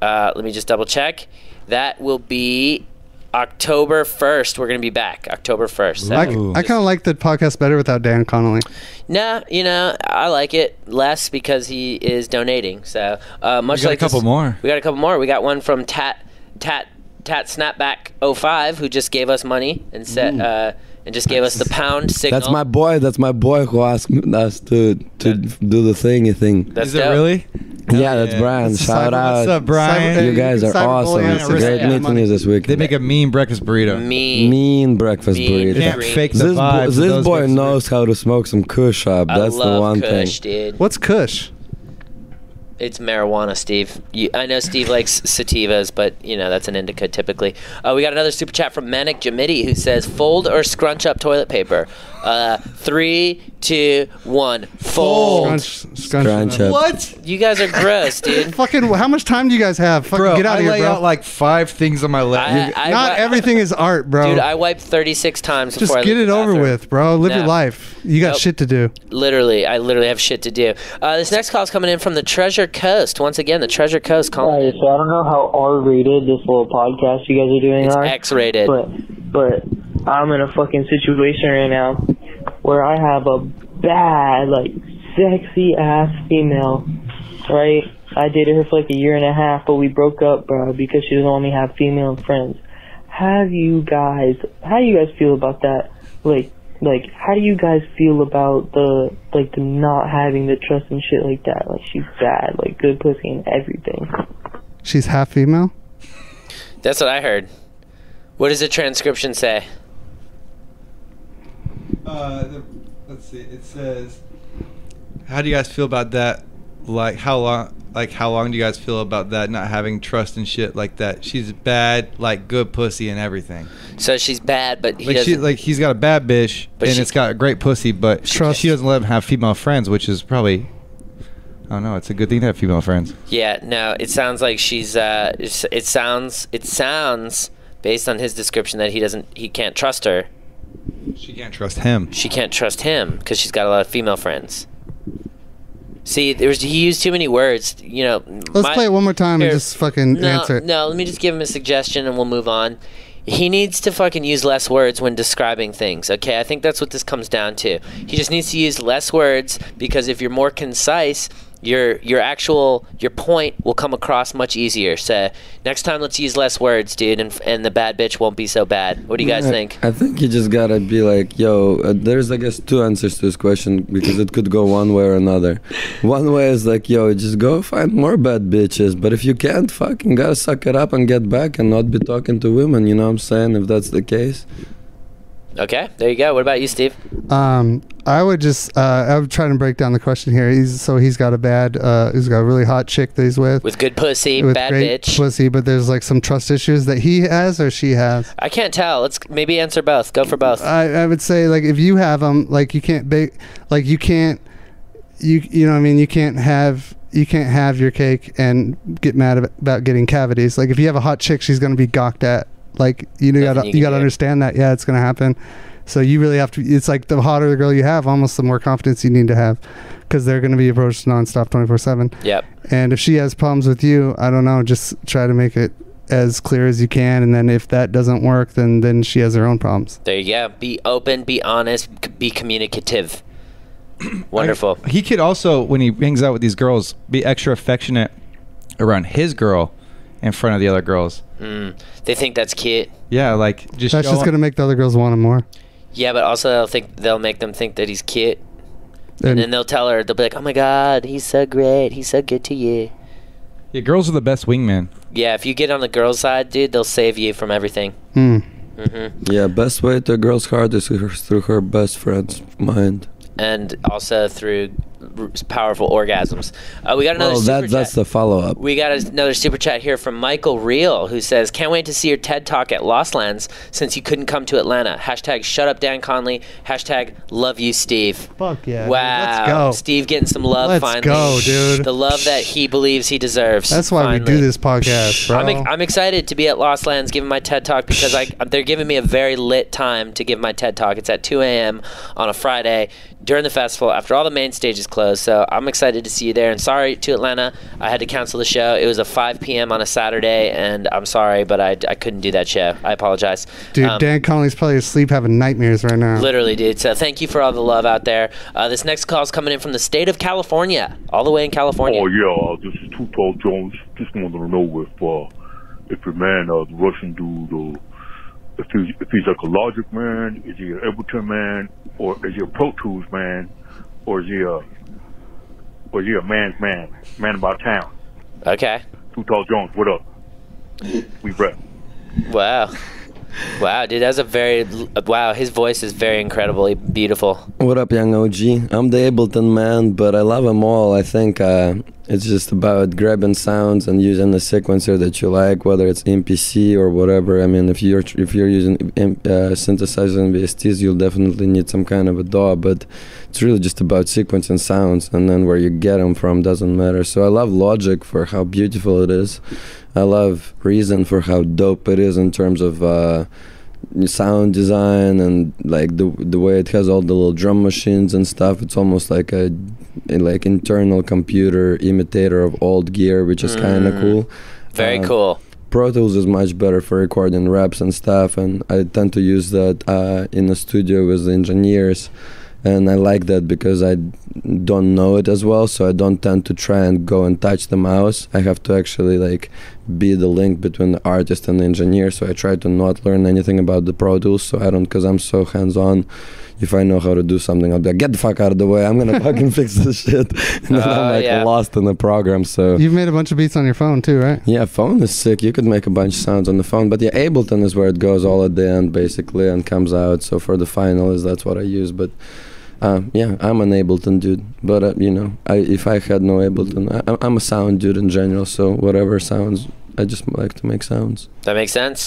Speaker 1: Uh, let me just double check. That will be October first. We're gonna be back October first.
Speaker 2: I,
Speaker 3: Ooh.
Speaker 2: I kind of like the podcast better without Dan Connolly.
Speaker 1: Nah, you know, I like it less because he is donating. So uh, much
Speaker 3: We got a
Speaker 1: like this-
Speaker 3: couple more.
Speaker 1: We got a couple more. We got one from Tat Tat Tat Snapback 05 who just gave us money and said uh, and just gave us the pound signal.
Speaker 4: That's my boy. That's my boy who asked m- us to to do the thingy thing.
Speaker 1: That's
Speaker 3: Is it
Speaker 1: dope.
Speaker 3: really?
Speaker 4: yeah, that's
Speaker 3: yeah.
Speaker 4: Brian.
Speaker 2: That's
Speaker 4: Shout
Speaker 2: cyber-
Speaker 4: out.
Speaker 3: What's up, Brian?
Speaker 2: Cyber-
Speaker 4: You guys are
Speaker 2: Cyberbullying
Speaker 4: awesome.
Speaker 2: on
Speaker 4: It's a
Speaker 2: Risk
Speaker 4: great
Speaker 2: App
Speaker 4: meeting
Speaker 2: Money.
Speaker 4: you this week.
Speaker 3: They make a mean breakfast burrito.
Speaker 1: Me.
Speaker 4: mean breakfast
Speaker 1: Mean
Speaker 4: burrito.
Speaker 3: You can't
Speaker 1: Great.
Speaker 3: fake the
Speaker 4: This, bo-
Speaker 3: vibes of
Speaker 4: this
Speaker 3: those
Speaker 4: boy
Speaker 3: breakfast
Speaker 4: knows how to smoke some kush up.
Speaker 1: I
Speaker 4: That's the
Speaker 1: love
Speaker 4: one
Speaker 1: Kush,
Speaker 4: thing.
Speaker 1: dude.
Speaker 2: What's Kush?
Speaker 1: It's marijuana, Steve. You, I know Steve likes sativas, but you know that's an indica typically. Uh, we got another super chat from Manic Jamidi who says, "Fold or scrunch up toilet paper." Uh, three, two, one, fold.
Speaker 2: Scrunch, scrunch,
Speaker 4: Scrunch up.
Speaker 3: What?
Speaker 1: You guys are gross, dude.
Speaker 2: Fucking, how much time do you guys have? Fucking
Speaker 3: Bro,
Speaker 2: get out
Speaker 3: I
Speaker 2: of here,
Speaker 3: lay
Speaker 2: bro.
Speaker 3: out like five things on my leg.
Speaker 1: I- I-
Speaker 2: Not
Speaker 1: wi-
Speaker 2: everything is art, bro.
Speaker 1: Dude, I wiped 36 times
Speaker 2: Just
Speaker 1: before I
Speaker 2: get
Speaker 1: leave
Speaker 2: it
Speaker 1: the
Speaker 2: over
Speaker 1: bathroom.
Speaker 2: with, bro. Live your
Speaker 1: Nah.
Speaker 2: life. You got
Speaker 1: Nope.
Speaker 2: shit to do.
Speaker 1: Literally, I literally have shit to do. Uh, this next call is coming in from the Treasure Coast. Once again, the Treasure Coast calling.
Speaker 5: Alright, so I don't know how R-rated this little podcast you guys are doing
Speaker 1: It's
Speaker 5: are,
Speaker 1: X-rated.
Speaker 5: but but I'm in a fucking situation right now where I have a bad, like, sexy ass female, right? I dated her for like a year and a half, but we broke up, bro, because she doesn't let me have female friends. Have you guys? How do you guys feel about that? Like, like, how do you guys feel about the like the not having the trust and shit like that? Like, she's bad, like good pussy and everything.
Speaker 2: She's half female.
Speaker 1: That's what I heard. What does the transcription say?
Speaker 3: Uh, the- let's see. It says, "How do you guys feel about that? Like how long? Like how long do you guys feel about that? Not having trust and shit like that. She's bad, like good pussy and everything.
Speaker 1: So she's bad, but he
Speaker 3: Like
Speaker 1: doesn't.
Speaker 3: she, like he's got a bad bitch
Speaker 1: But
Speaker 3: and
Speaker 1: she-
Speaker 3: it's got a great pussy, but
Speaker 2: Trust.
Speaker 3: she doesn't let him have female friends, which is probably." I don't know. It's a good thing to have female friends.
Speaker 1: Yeah, no, it sounds like she's. Uh, it's- it sounds. It sounds based on his description that he doesn't. He can't trust her.
Speaker 3: She can't trust him.
Speaker 1: She can't trust him because she's got a lot of female friends. See, there was he used too many words. You know.
Speaker 2: Let's play it one more time
Speaker 1: Here.
Speaker 2: and just fucking
Speaker 1: no,
Speaker 2: answer it.
Speaker 1: No, let me just give him a suggestion and we'll move on. He needs to fucking use less words when describing things, okay? I think that's what this comes down to. He just needs to use less words because if you're more concise, your your actual your point will come across much easier. So next time let's use less words, dude, and and the bad bitch won't be so bad. What do you guys
Speaker 4: I-
Speaker 1: think?
Speaker 4: I think you just gotta be like, yo, uh, there's, I guess, two answers to this question because it could go one way or another. One way is like, yo, just go find more bad bitches, but if you can't, fucking gotta suck it up and get back and not be talking to women, you know what I'm saying? If that's the case.
Speaker 1: Okay, there you go. What about you, Steve?
Speaker 2: Um, I would just, uh, I'm trying to break down the question here. He's, so he's got a bad, uh, he's got a really hot chick that he's with.
Speaker 1: With good pussy,
Speaker 2: with
Speaker 1: bad
Speaker 2: great
Speaker 1: bitch.
Speaker 2: pussy, but there's like some trust issues that he has or she has.
Speaker 1: I can't tell. Let's maybe answer both. Go for both.
Speaker 2: I, I would say like if you have them, like you can't bake, like you can't, you you know what I mean you can't have you can't have your cake and get mad ab- about getting cavities. Like if you have a hot chick, she's gonna be gawked at. Like you gotta
Speaker 1: you
Speaker 2: you,
Speaker 1: can
Speaker 2: gotta
Speaker 1: do.
Speaker 2: understand that. Yeah, it's gonna happen. So you really have to. It's like the hotter the girl you have, almost the more confidence you need to have, because they're gonna be approached nonstop, twenty four seven.
Speaker 1: yep.
Speaker 2: And if she has problems with you, I don't know, just try to make it as clear as you can. And then if that doesn't work, then then she has her own problems.
Speaker 1: There you go. Be open, be honest, c- be communicative. Wonderful.
Speaker 3: He could also, when he hangs out with these girls, be extra affectionate around his girl in front of the other girls.
Speaker 1: Mm. They think that's cute.
Speaker 3: Yeah, like just
Speaker 2: That's
Speaker 3: show
Speaker 2: just
Speaker 3: him-
Speaker 2: gonna make the other girls want him more.
Speaker 1: Yeah, but also they'll think they'll make them think that he's cute, and then
Speaker 2: And
Speaker 1: they'll tell her they'll be like, "Oh my God, he's so great. He's so good to you."
Speaker 3: Yeah, girls are the best wingman.
Speaker 1: Yeah, if you get on the girl's side, dude, they'll save you from everything.
Speaker 2: Hmm.
Speaker 1: hmm
Speaker 4: Yeah, best way to a girl's heart is through her- through her best friend's mind.
Speaker 1: and also through r- powerful orgasms. Uh, we got another
Speaker 4: Well,
Speaker 1: super
Speaker 4: Oh, that, that's
Speaker 1: chat.
Speaker 4: the follow up.
Speaker 1: We got another super chat here from Michael Real, who says, "Can't wait to see your TED talk at Lost Lands since you couldn't come to Atlanta." Hashtag Shut Up Dan Conley. Hashtag Love You Steve.
Speaker 2: Fuck yeah. dude.
Speaker 1: wow,
Speaker 2: Let's go.
Speaker 1: Steve getting some love
Speaker 2: Let's
Speaker 1: finally.
Speaker 2: go, dude.
Speaker 1: The love that he believes he deserves.
Speaker 2: That's why we
Speaker 1: finally.
Speaker 2: do this podcast, bro.
Speaker 1: I'm, ex- I'm excited to be at Lost Lands giving my TED talk because I they're giving me a very lit time to give my TED talk. It's at 2 a.m. on a Friday during the festival after all the main stage is closed. So I'm excited to see you there. And sorry to Atlanta, I had to cancel the show. It was a 5 p.m. on a Saturday, and I'm sorry, but I, I couldn't do that show. I apologize,
Speaker 2: Dude,
Speaker 1: Um,
Speaker 2: Dan Conley's probably asleep having nightmares right now.
Speaker 1: Literally, dude. So thank you for all the love out there. Uh, this next call is coming in from the state of California, all the way in California.
Speaker 9: Oh yeah, uh, this is Two Tall Jones. Just wanted to know if uh, if your man, uh, the Russian dude, uh, if he's if he's like a logic man, is he an Everton man, or is he a Pro Tools man, or is he a or is he a man's man, man about town?
Speaker 1: Okay.
Speaker 9: Two Tall Jones, what up? We rep.
Speaker 1: Wow. Wow, dude, that's a very wow. His voice is very incredibly beautiful.
Speaker 4: What up, young OG? I'm the Ableton man, but I love them all. I think uh, it's just about grabbing sounds and using the sequencer that you like, whether it's MPC or whatever. I mean, if you're tr- if you're using um, uh, synthesizers and VSTs, you'll definitely need some kind of a DAW. But it's really just about sequencing sounds, and then where you get them from doesn't matter. So I love Logic for how beautiful it is. I love Reason for how dope it is in terms of. Uh, sound design and like the the way it has all the little drum machines and stuff it's almost like a like internal computer imitator of old gear which is kind of
Speaker 1: Mm.
Speaker 4: cool
Speaker 1: Very
Speaker 4: Uh,
Speaker 1: cool.
Speaker 4: pro tools is much better for recording raps and stuff and i tend to use that uh, in the studio with the engineers and i like that because i don't know it as well so i don't tend to try and go and touch the mouse i have to actually like be the link between the artist and the engineer so i try to not learn anything about the pro tools so i don't because i'm so hands-on if i know how to do something i'll be like get the fuck out of the way i'm gonna fucking fix this shit and then
Speaker 1: Oh,
Speaker 4: i'm like
Speaker 1: yeah.
Speaker 4: lost in the program so
Speaker 2: You've made a bunch of beats on your phone too, right?
Speaker 4: yeah, phone is sick. You could make a bunch of sounds on the phone, but yeah, Ableton is where it goes all at the end basically and comes out. So for the final is that's what I use. But uh, yeah, I'm an Ableton dude. But uh, you know, I if I had no Ableton, I, I'm- I'm a sound dude in general. So whatever sounds, I just like to make sounds.
Speaker 1: That makes sense.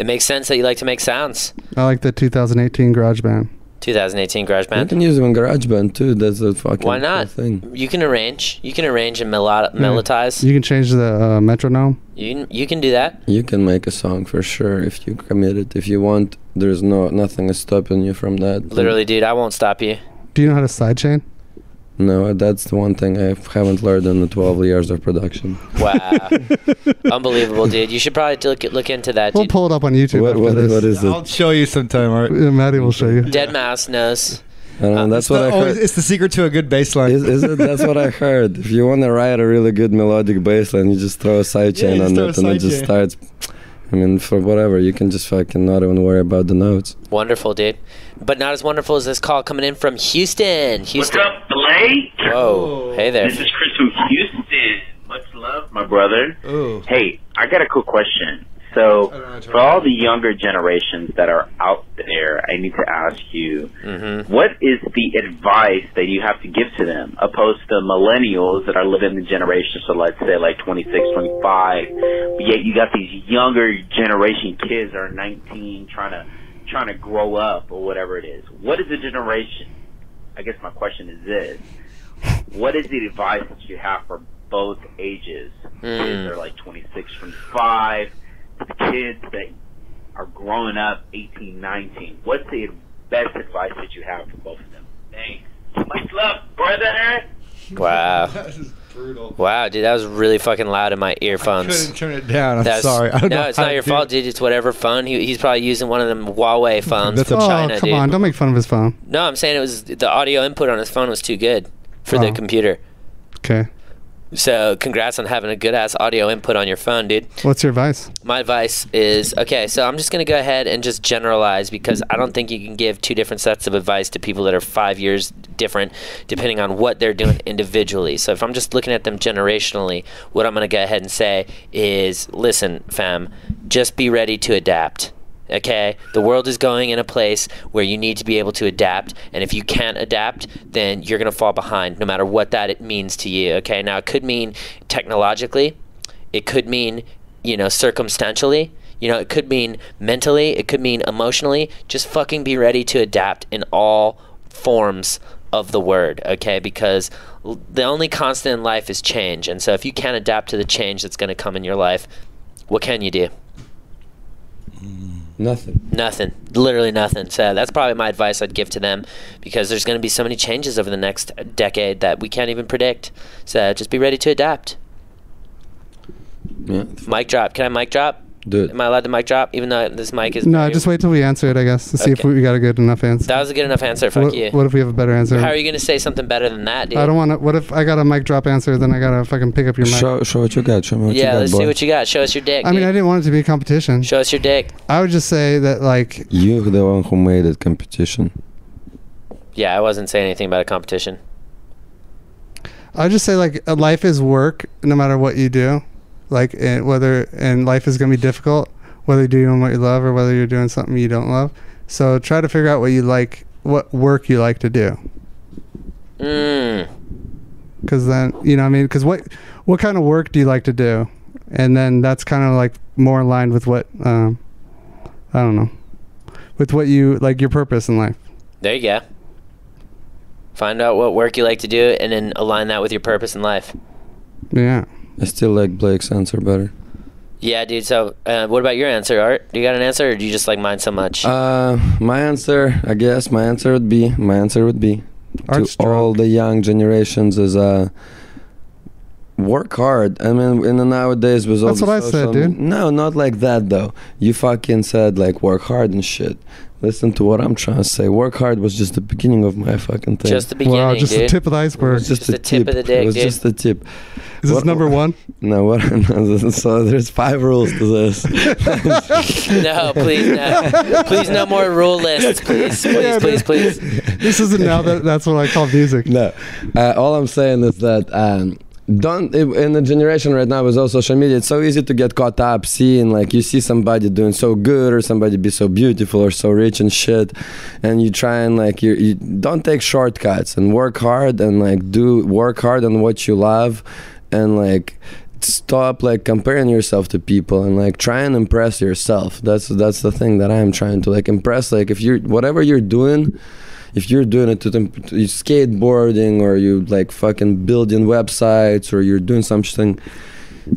Speaker 1: It makes sense that you like to make sounds.
Speaker 2: I like the 2018 Garage Band.
Speaker 1: 2018 Garage
Speaker 4: You
Speaker 1: Band.
Speaker 4: can use them in GarageBand too. That's a fucking
Speaker 1: Why
Speaker 4: cool
Speaker 1: not?
Speaker 4: thing.
Speaker 1: You can arrange. You can arrange and melod-
Speaker 2: Yeah.
Speaker 1: melodize.
Speaker 2: You can change the uh, metronome.
Speaker 1: You can, you can do that.
Speaker 4: You can make a song for sure if you commit it. If you want, there's no nothing is stopping you from that.
Speaker 1: Literally, dude, I won't stop you.
Speaker 2: Do you know how to sidechain?
Speaker 4: No, that's the one thing I haven't learned in the 12 years of production.
Speaker 1: Wow, Uh, unbelievable, dude. You should probably look look into that.
Speaker 2: We'll
Speaker 1: Dude.
Speaker 2: pull it up on YouTube.
Speaker 4: What,
Speaker 2: after
Speaker 4: what,
Speaker 2: this.
Speaker 4: what is it?
Speaker 3: I'll show you sometime, all right?
Speaker 2: Yeah, Maddie will show you.
Speaker 1: Dead mouse knows.
Speaker 4: I don't know, that's what I
Speaker 3: oh,
Speaker 4: heard.
Speaker 3: it's the secret to a good bass line.
Speaker 4: Is, is it? That's what I heard. If you want to write a really good melodic bass line, you just throw a
Speaker 3: Yeah,
Speaker 4: sidechain
Speaker 3: you just
Speaker 4: on
Speaker 3: throw
Speaker 4: it
Speaker 3: a
Speaker 4: and it
Speaker 3: side
Speaker 4: just
Speaker 3: chain.
Speaker 4: starts. I mean, for whatever, you can just fucking not even worry about the notes.
Speaker 1: Wonderful, dude. But not as wonderful as this call coming in from Houston. Houston.
Speaker 10: What's up, Belay?
Speaker 1: Whoa. Hey there.
Speaker 10: This is Chris from Houston. Much love, my brother.
Speaker 3: Ooh.
Speaker 10: Hey, I got a quick question. So, for all the younger generations that are out there, I need to ask you,
Speaker 1: Mm-hmm.
Speaker 10: what is the advice that you have to give to them, opposed to millennials that are living the generation, so let's say like 26, 25, but yet you got these younger generation kids that are 19 trying to, trying to grow up or whatever it is. What is the generation? I guess my question is this. What is the advice that you have for both ages? Kids
Speaker 1: Mm.
Speaker 10: that are like 26, 25, to the kids that are growing up 18, 19. What's the best advice that you have for both of them? Thanks. Much love, brother.
Speaker 1: Wow.
Speaker 3: That is brutal.
Speaker 1: Wow, dude, that was really fucking loud in my earphones.
Speaker 3: Couldn't turn it down. I'm
Speaker 1: That's,
Speaker 3: sorry. I don't know
Speaker 1: no, it's
Speaker 3: how
Speaker 1: not
Speaker 3: to
Speaker 1: your
Speaker 3: do
Speaker 1: fault,
Speaker 3: it.
Speaker 1: dude. It's whatever phone. He, he's probably using one of them Huawei phones
Speaker 3: That's a-
Speaker 1: from
Speaker 2: oh,
Speaker 1: China,
Speaker 2: come
Speaker 1: dude.
Speaker 2: on! Don't make fun of his phone.
Speaker 1: No, I'm saying it was the audio input on his phone was too good for the
Speaker 2: Oh.
Speaker 1: computer.
Speaker 2: Okay.
Speaker 1: So, congrats on having a good ass audio input on your phone, dude.
Speaker 2: What's your advice?
Speaker 1: My advice is okay, so I'm just going to go ahead and just generalize because I don't think you can give two different sets of advice to people that are five years different depending on what they're doing individually. So if I'm just looking at them generationally, what I'm going to go ahead and say is listen, fam, just be ready to adapt Okay, the world is going in a place where you need to be able to adapt, and if you can't adapt, then you're going to fall behind, no matter what that it means to you. Okay, now it could mean technologically, it could mean you know circumstantially, you know it could mean mentally, it could mean emotionally. Just fucking be ready to adapt in all forms of the word, okay? Because l- the only constant in life is change, and so if you can't adapt to the change that's going to come in your life, what can you do?
Speaker 4: Nothing.
Speaker 1: Nothing. Literally nothing. So that's probably my advice I'd give to them because there's going to be so many changes over the next decade that we can't even predict. So just be ready to adapt.
Speaker 4: Yeah.
Speaker 1: Mic drop. Can I mic drop?
Speaker 4: Do it.
Speaker 1: Am I allowed to mic drop? Even though this mic is.
Speaker 2: No, just wait till we answer it, I guess, to see if
Speaker 1: Okay.
Speaker 2: we got a good enough answer.
Speaker 1: That was a good enough answer. Fuck
Speaker 2: what,
Speaker 1: you.
Speaker 2: what if we have a better answer?
Speaker 1: How are you going to say something better than that, dude?
Speaker 2: I don't want to. What if I got a mic drop answer, then I got to fucking pick up your mic?
Speaker 4: Show, show what you got. Show me what
Speaker 1: yeah,
Speaker 4: you got,
Speaker 1: let's
Speaker 4: boy.
Speaker 1: see what you got. Show us your dick.
Speaker 2: I mean,
Speaker 1: dude.
Speaker 2: I didn't want it to be a competition.
Speaker 1: Show us your dick.
Speaker 2: I would just say that, like,
Speaker 4: you the one who made it competition.
Speaker 1: Yeah, I wasn't saying anything about a competition.
Speaker 2: I would just say, like, uh, life is work no matter what you do. Like, and whether, and life is going to be difficult, whether you're doing what you love or whether you're doing something you don't love. So try to figure out what you like, what work you like to do.
Speaker 1: Mm.
Speaker 2: because then you know what i mean because what what kind of work do you like to do and then that's kind of like more aligned with what um i don't know with what you like your purpose in life
Speaker 1: There you go. Find out what work you like to do and then align that with your purpose in life.
Speaker 2: yeah
Speaker 4: I still like Blake's answer better.
Speaker 1: Yeah, dude. So, uh, what about your answer, Art? Do you got an answer, or do you just like mine so much?
Speaker 4: Uh, my answer, I guess, my answer would be, my answer would be
Speaker 2: Art's
Speaker 4: to all the young generations is uh, work hard. I mean, in the nowadays with all
Speaker 2: That's
Speaker 4: the
Speaker 2: what I said,
Speaker 4: social-
Speaker 2: dude.
Speaker 4: No, not like that though. You fucking said like work hard and shit. Listen to what I'm trying to say. Work hard was just the beginning of my fucking thing.
Speaker 1: just the beginning,
Speaker 2: wow just
Speaker 1: dude.
Speaker 2: the tip of the iceberg
Speaker 4: It's just,
Speaker 1: Just
Speaker 4: the
Speaker 1: the tip of the dick,
Speaker 4: It was
Speaker 1: dude.
Speaker 4: just the tip.
Speaker 2: is this
Speaker 4: What-
Speaker 2: number one
Speaker 4: No, what? No, so there's five rules to this.
Speaker 1: no, please, no. please, no more rule lists. Please, please,
Speaker 2: Yeah,
Speaker 1: please,
Speaker 2: dude.
Speaker 1: please.
Speaker 2: this isn't now that that's what i call music
Speaker 4: no. Uh, all I'm saying is that um, don't i- in the generation right now with all social media, it's so easy to get caught up seeing like you see somebody doing so good or somebody be so beautiful or so rich and shit, and you try and like you, you don't take shortcuts and work hard and like do work hard on what you love, and like stop like comparing yourself to people and like try and impress yourself that's that's the thing that i'm trying to like impress like if you're whatever you're doing if you're doing it to them to you skateboarding or you like fucking building websites or you're doing something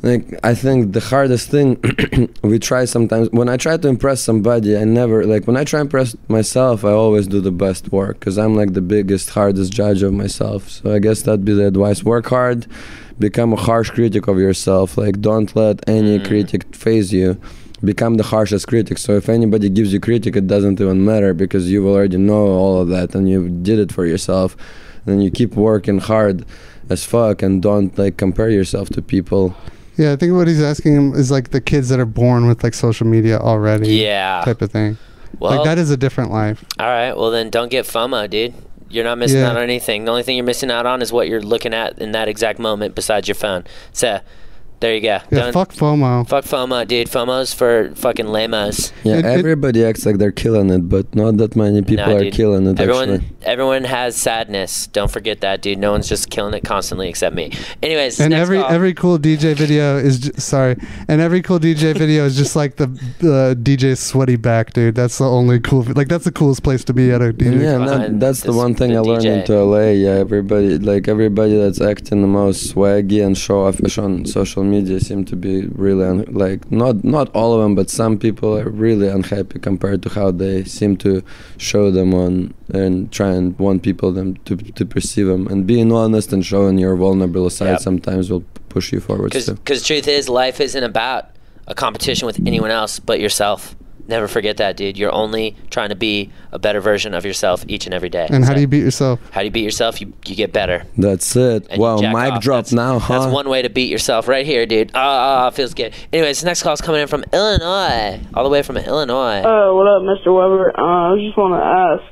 Speaker 4: like i think the hardest thing we try sometimes when i try to impress somebody i never like when i try to impress myself i always do the best work because i'm like the biggest hardest judge of myself so i guess that'd be the advice work hard become a harsh critic of yourself like don't let any critic phase you become the harshest critic so if anybody gives you critic it doesn't even matter because you already know all of that and you did it for yourself and you keep working hard as fuck and don't like compare yourself to people
Speaker 2: yeah i think what he's asking him is like the kids that are born with like social media already
Speaker 1: Yeah.
Speaker 2: type of thing
Speaker 1: Well,
Speaker 2: like that is a different life
Speaker 1: all right. Well, then don't get FOMO, dude. You're not missing
Speaker 2: Yeah.
Speaker 1: out on anything. The only thing you're missing out on is what you're looking at in that exact moment besides your phone. So, there you go.
Speaker 2: yeah
Speaker 1: Don't-
Speaker 2: fuck fomo
Speaker 1: fuck FOMO, dude. FOMO's for fucking lamos.
Speaker 4: yeah
Speaker 2: It- it-
Speaker 4: everybody acts like they're killing it but not that many people
Speaker 1: Nah,
Speaker 4: are
Speaker 1: dude.
Speaker 4: killing it
Speaker 1: Everyone,
Speaker 4: actually
Speaker 1: everyone has sadness. Don't forget that, dude. No one's just killing it constantly except me. Anyways,
Speaker 2: and
Speaker 1: next
Speaker 2: every
Speaker 1: call.
Speaker 2: every cool DJ video is ju- sorry, and every cool DJ video is just like the the DJ sweaty back dude. That's the only cool like that's the coolest place to be at a DJ.
Speaker 4: yeah, no,
Speaker 1: behind
Speaker 4: that's the
Speaker 1: this-
Speaker 4: one thing
Speaker 1: the
Speaker 4: I learned
Speaker 1: DJ.
Speaker 4: into LA. Yeah, everybody, like everybody that's acting the most swaggy and show offish on social media seem to be really un- like not not all of them, but some people are really unhappy compared to how they seem to show them on and try and want people them to to perceive them. And being honest and showing your vulnerable side
Speaker 1: Yep.
Speaker 4: sometimes will p- push you forward. too.
Speaker 1: Because truth is, life isn't about a competition with anyone else but yourself. Never forget that, dude. You're only trying to be a better version of yourself each and every day.
Speaker 2: And how
Speaker 1: So,
Speaker 2: do you beat yourself?
Speaker 1: how do you beat yourself? You, you get better.
Speaker 4: that's it.
Speaker 1: and you
Speaker 4: Wow,
Speaker 1: jack
Speaker 4: mic
Speaker 1: off.
Speaker 4: drop
Speaker 1: That's-
Speaker 4: now, huh?
Speaker 1: That's one way to beat yourself right here, dude. Ah, ah, ah, feels good. Anyways, this next call is coming in from Illinois. All the way from Illinois.
Speaker 11: Uh, what up, Mr. Weber? Uh, I just want to ask,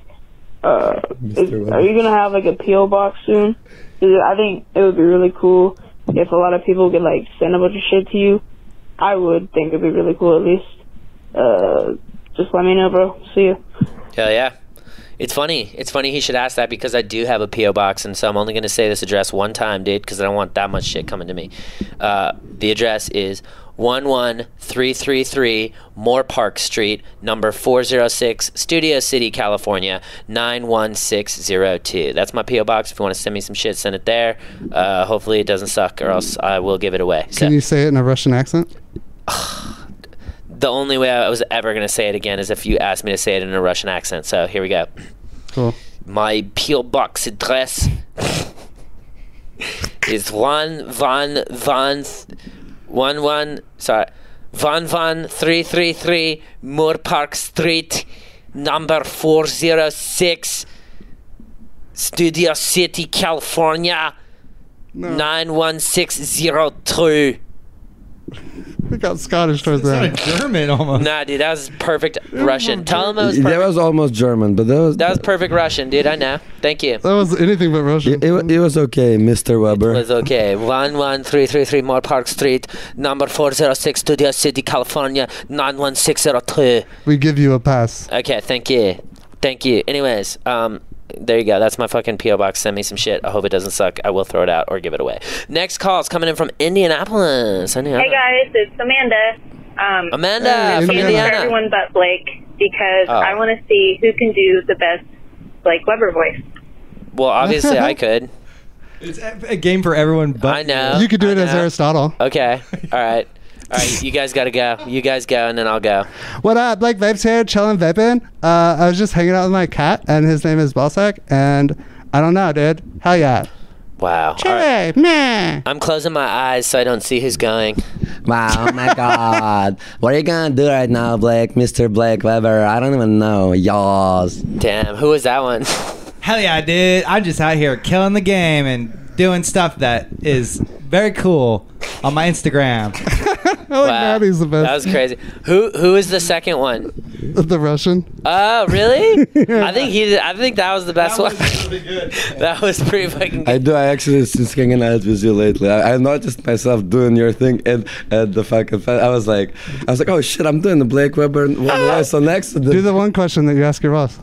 Speaker 11: uh, is-
Speaker 4: Weber.
Speaker 11: are you gonna have like a PO box soon? 'Cause I think it would be really cool if a lot of people could like send a bunch of shit to you. I would think it'd be really cool, at least. Uh, just let me know, bro. See you.
Speaker 1: Yeah, yeah. It's funny. It's funny he should ask that because I do have a PO box, and so I'm only going to say this address one time, dude, because I don't want that much shit coming to me. Uh, the address is one one three three three Moore Park Street, number four zero six, Studio City, California nine one six zero two. That's my PO box. If you want to send me some shit, send it there. Uh, hopefully it doesn't suck, or else I will give it away. So
Speaker 2: Can you say it in a Russian accent?
Speaker 1: the only way I was ever going to say it again is if you asked me to say it in a Russian accent. So here we go.
Speaker 2: Cool.
Speaker 1: My peel box address is one one one th- one one sorry one one three three three Moore Park Street number four zero six Studio City California nine one six zero two.
Speaker 2: We got Scottish towards that.
Speaker 3: German almost.
Speaker 1: Nah, dude, that was perfect Russian. Tell him it was
Speaker 4: That was almost German, but that was
Speaker 1: That was perfect Russian, dude. I know. Thank you.
Speaker 2: That was anything but Russian.
Speaker 4: it, it, wa- it was okay, Mr. Weber.
Speaker 1: It was okay. One one three three three Moore Park Street, number four zero six, Studio City, California nine one six zero two.
Speaker 2: We give you a pass.
Speaker 1: Okay, thank you, thank you. Anyways, um, there you go. That's my fucking PO box. Send me some shit. I hope it doesn't suck. I will throw it out or give it away. Next call is coming in from Indianapolis. Indiana.
Speaker 12: Hey guys, it's Amanda. Um,
Speaker 1: Amanda
Speaker 12: I'm
Speaker 1: from
Speaker 12: doing this
Speaker 1: Indiana.
Speaker 12: For everyone but Blake, because
Speaker 1: Oh.
Speaker 12: I want to see who can do the best Blake Weber voice.
Speaker 1: Well, obviously I could.
Speaker 3: It's a a game for everyone but
Speaker 1: I know.
Speaker 2: you could do
Speaker 1: I
Speaker 2: it as
Speaker 1: know.
Speaker 2: Aristotle.
Speaker 1: Okay. All right. All right. You guys gotta go. You guys go, and then I'll go.
Speaker 2: What up, Blake Vapes here, chilling vaping. Uh, I was just hanging out with my cat, and his name is Ballsack, and I don't know, dude. Hell yeah.
Speaker 1: Wow. All right.
Speaker 2: Hey, man.
Speaker 1: I'm closing my eyes so I don't see who's going.
Speaker 4: Wow, oh my god. What are you gonna do right now, Blake? Mr. Blake Weber? I don't even know. Yas.
Speaker 1: Damn, who was that one?
Speaker 3: Hell yeah, dude. I'm just out here killing the game and doing stuff that is very cool on my Instagram.
Speaker 2: I like
Speaker 1: Wow.
Speaker 2: Maddie's the best.
Speaker 1: That was crazy. Who who is the second one?
Speaker 2: The Russian.
Speaker 1: Oh, really? I think he. I think that was the best one.
Speaker 3: good.
Speaker 1: that was pretty fucking.
Speaker 4: I
Speaker 1: Good.
Speaker 4: do. I actually since hanging out with you lately, I, I noticed myself doing your thing at, at the fucking. fe- I was like, I was like, oh shit, I'm doing the Blake Weber one voice on accident.
Speaker 2: Do the one question that you ask your boss.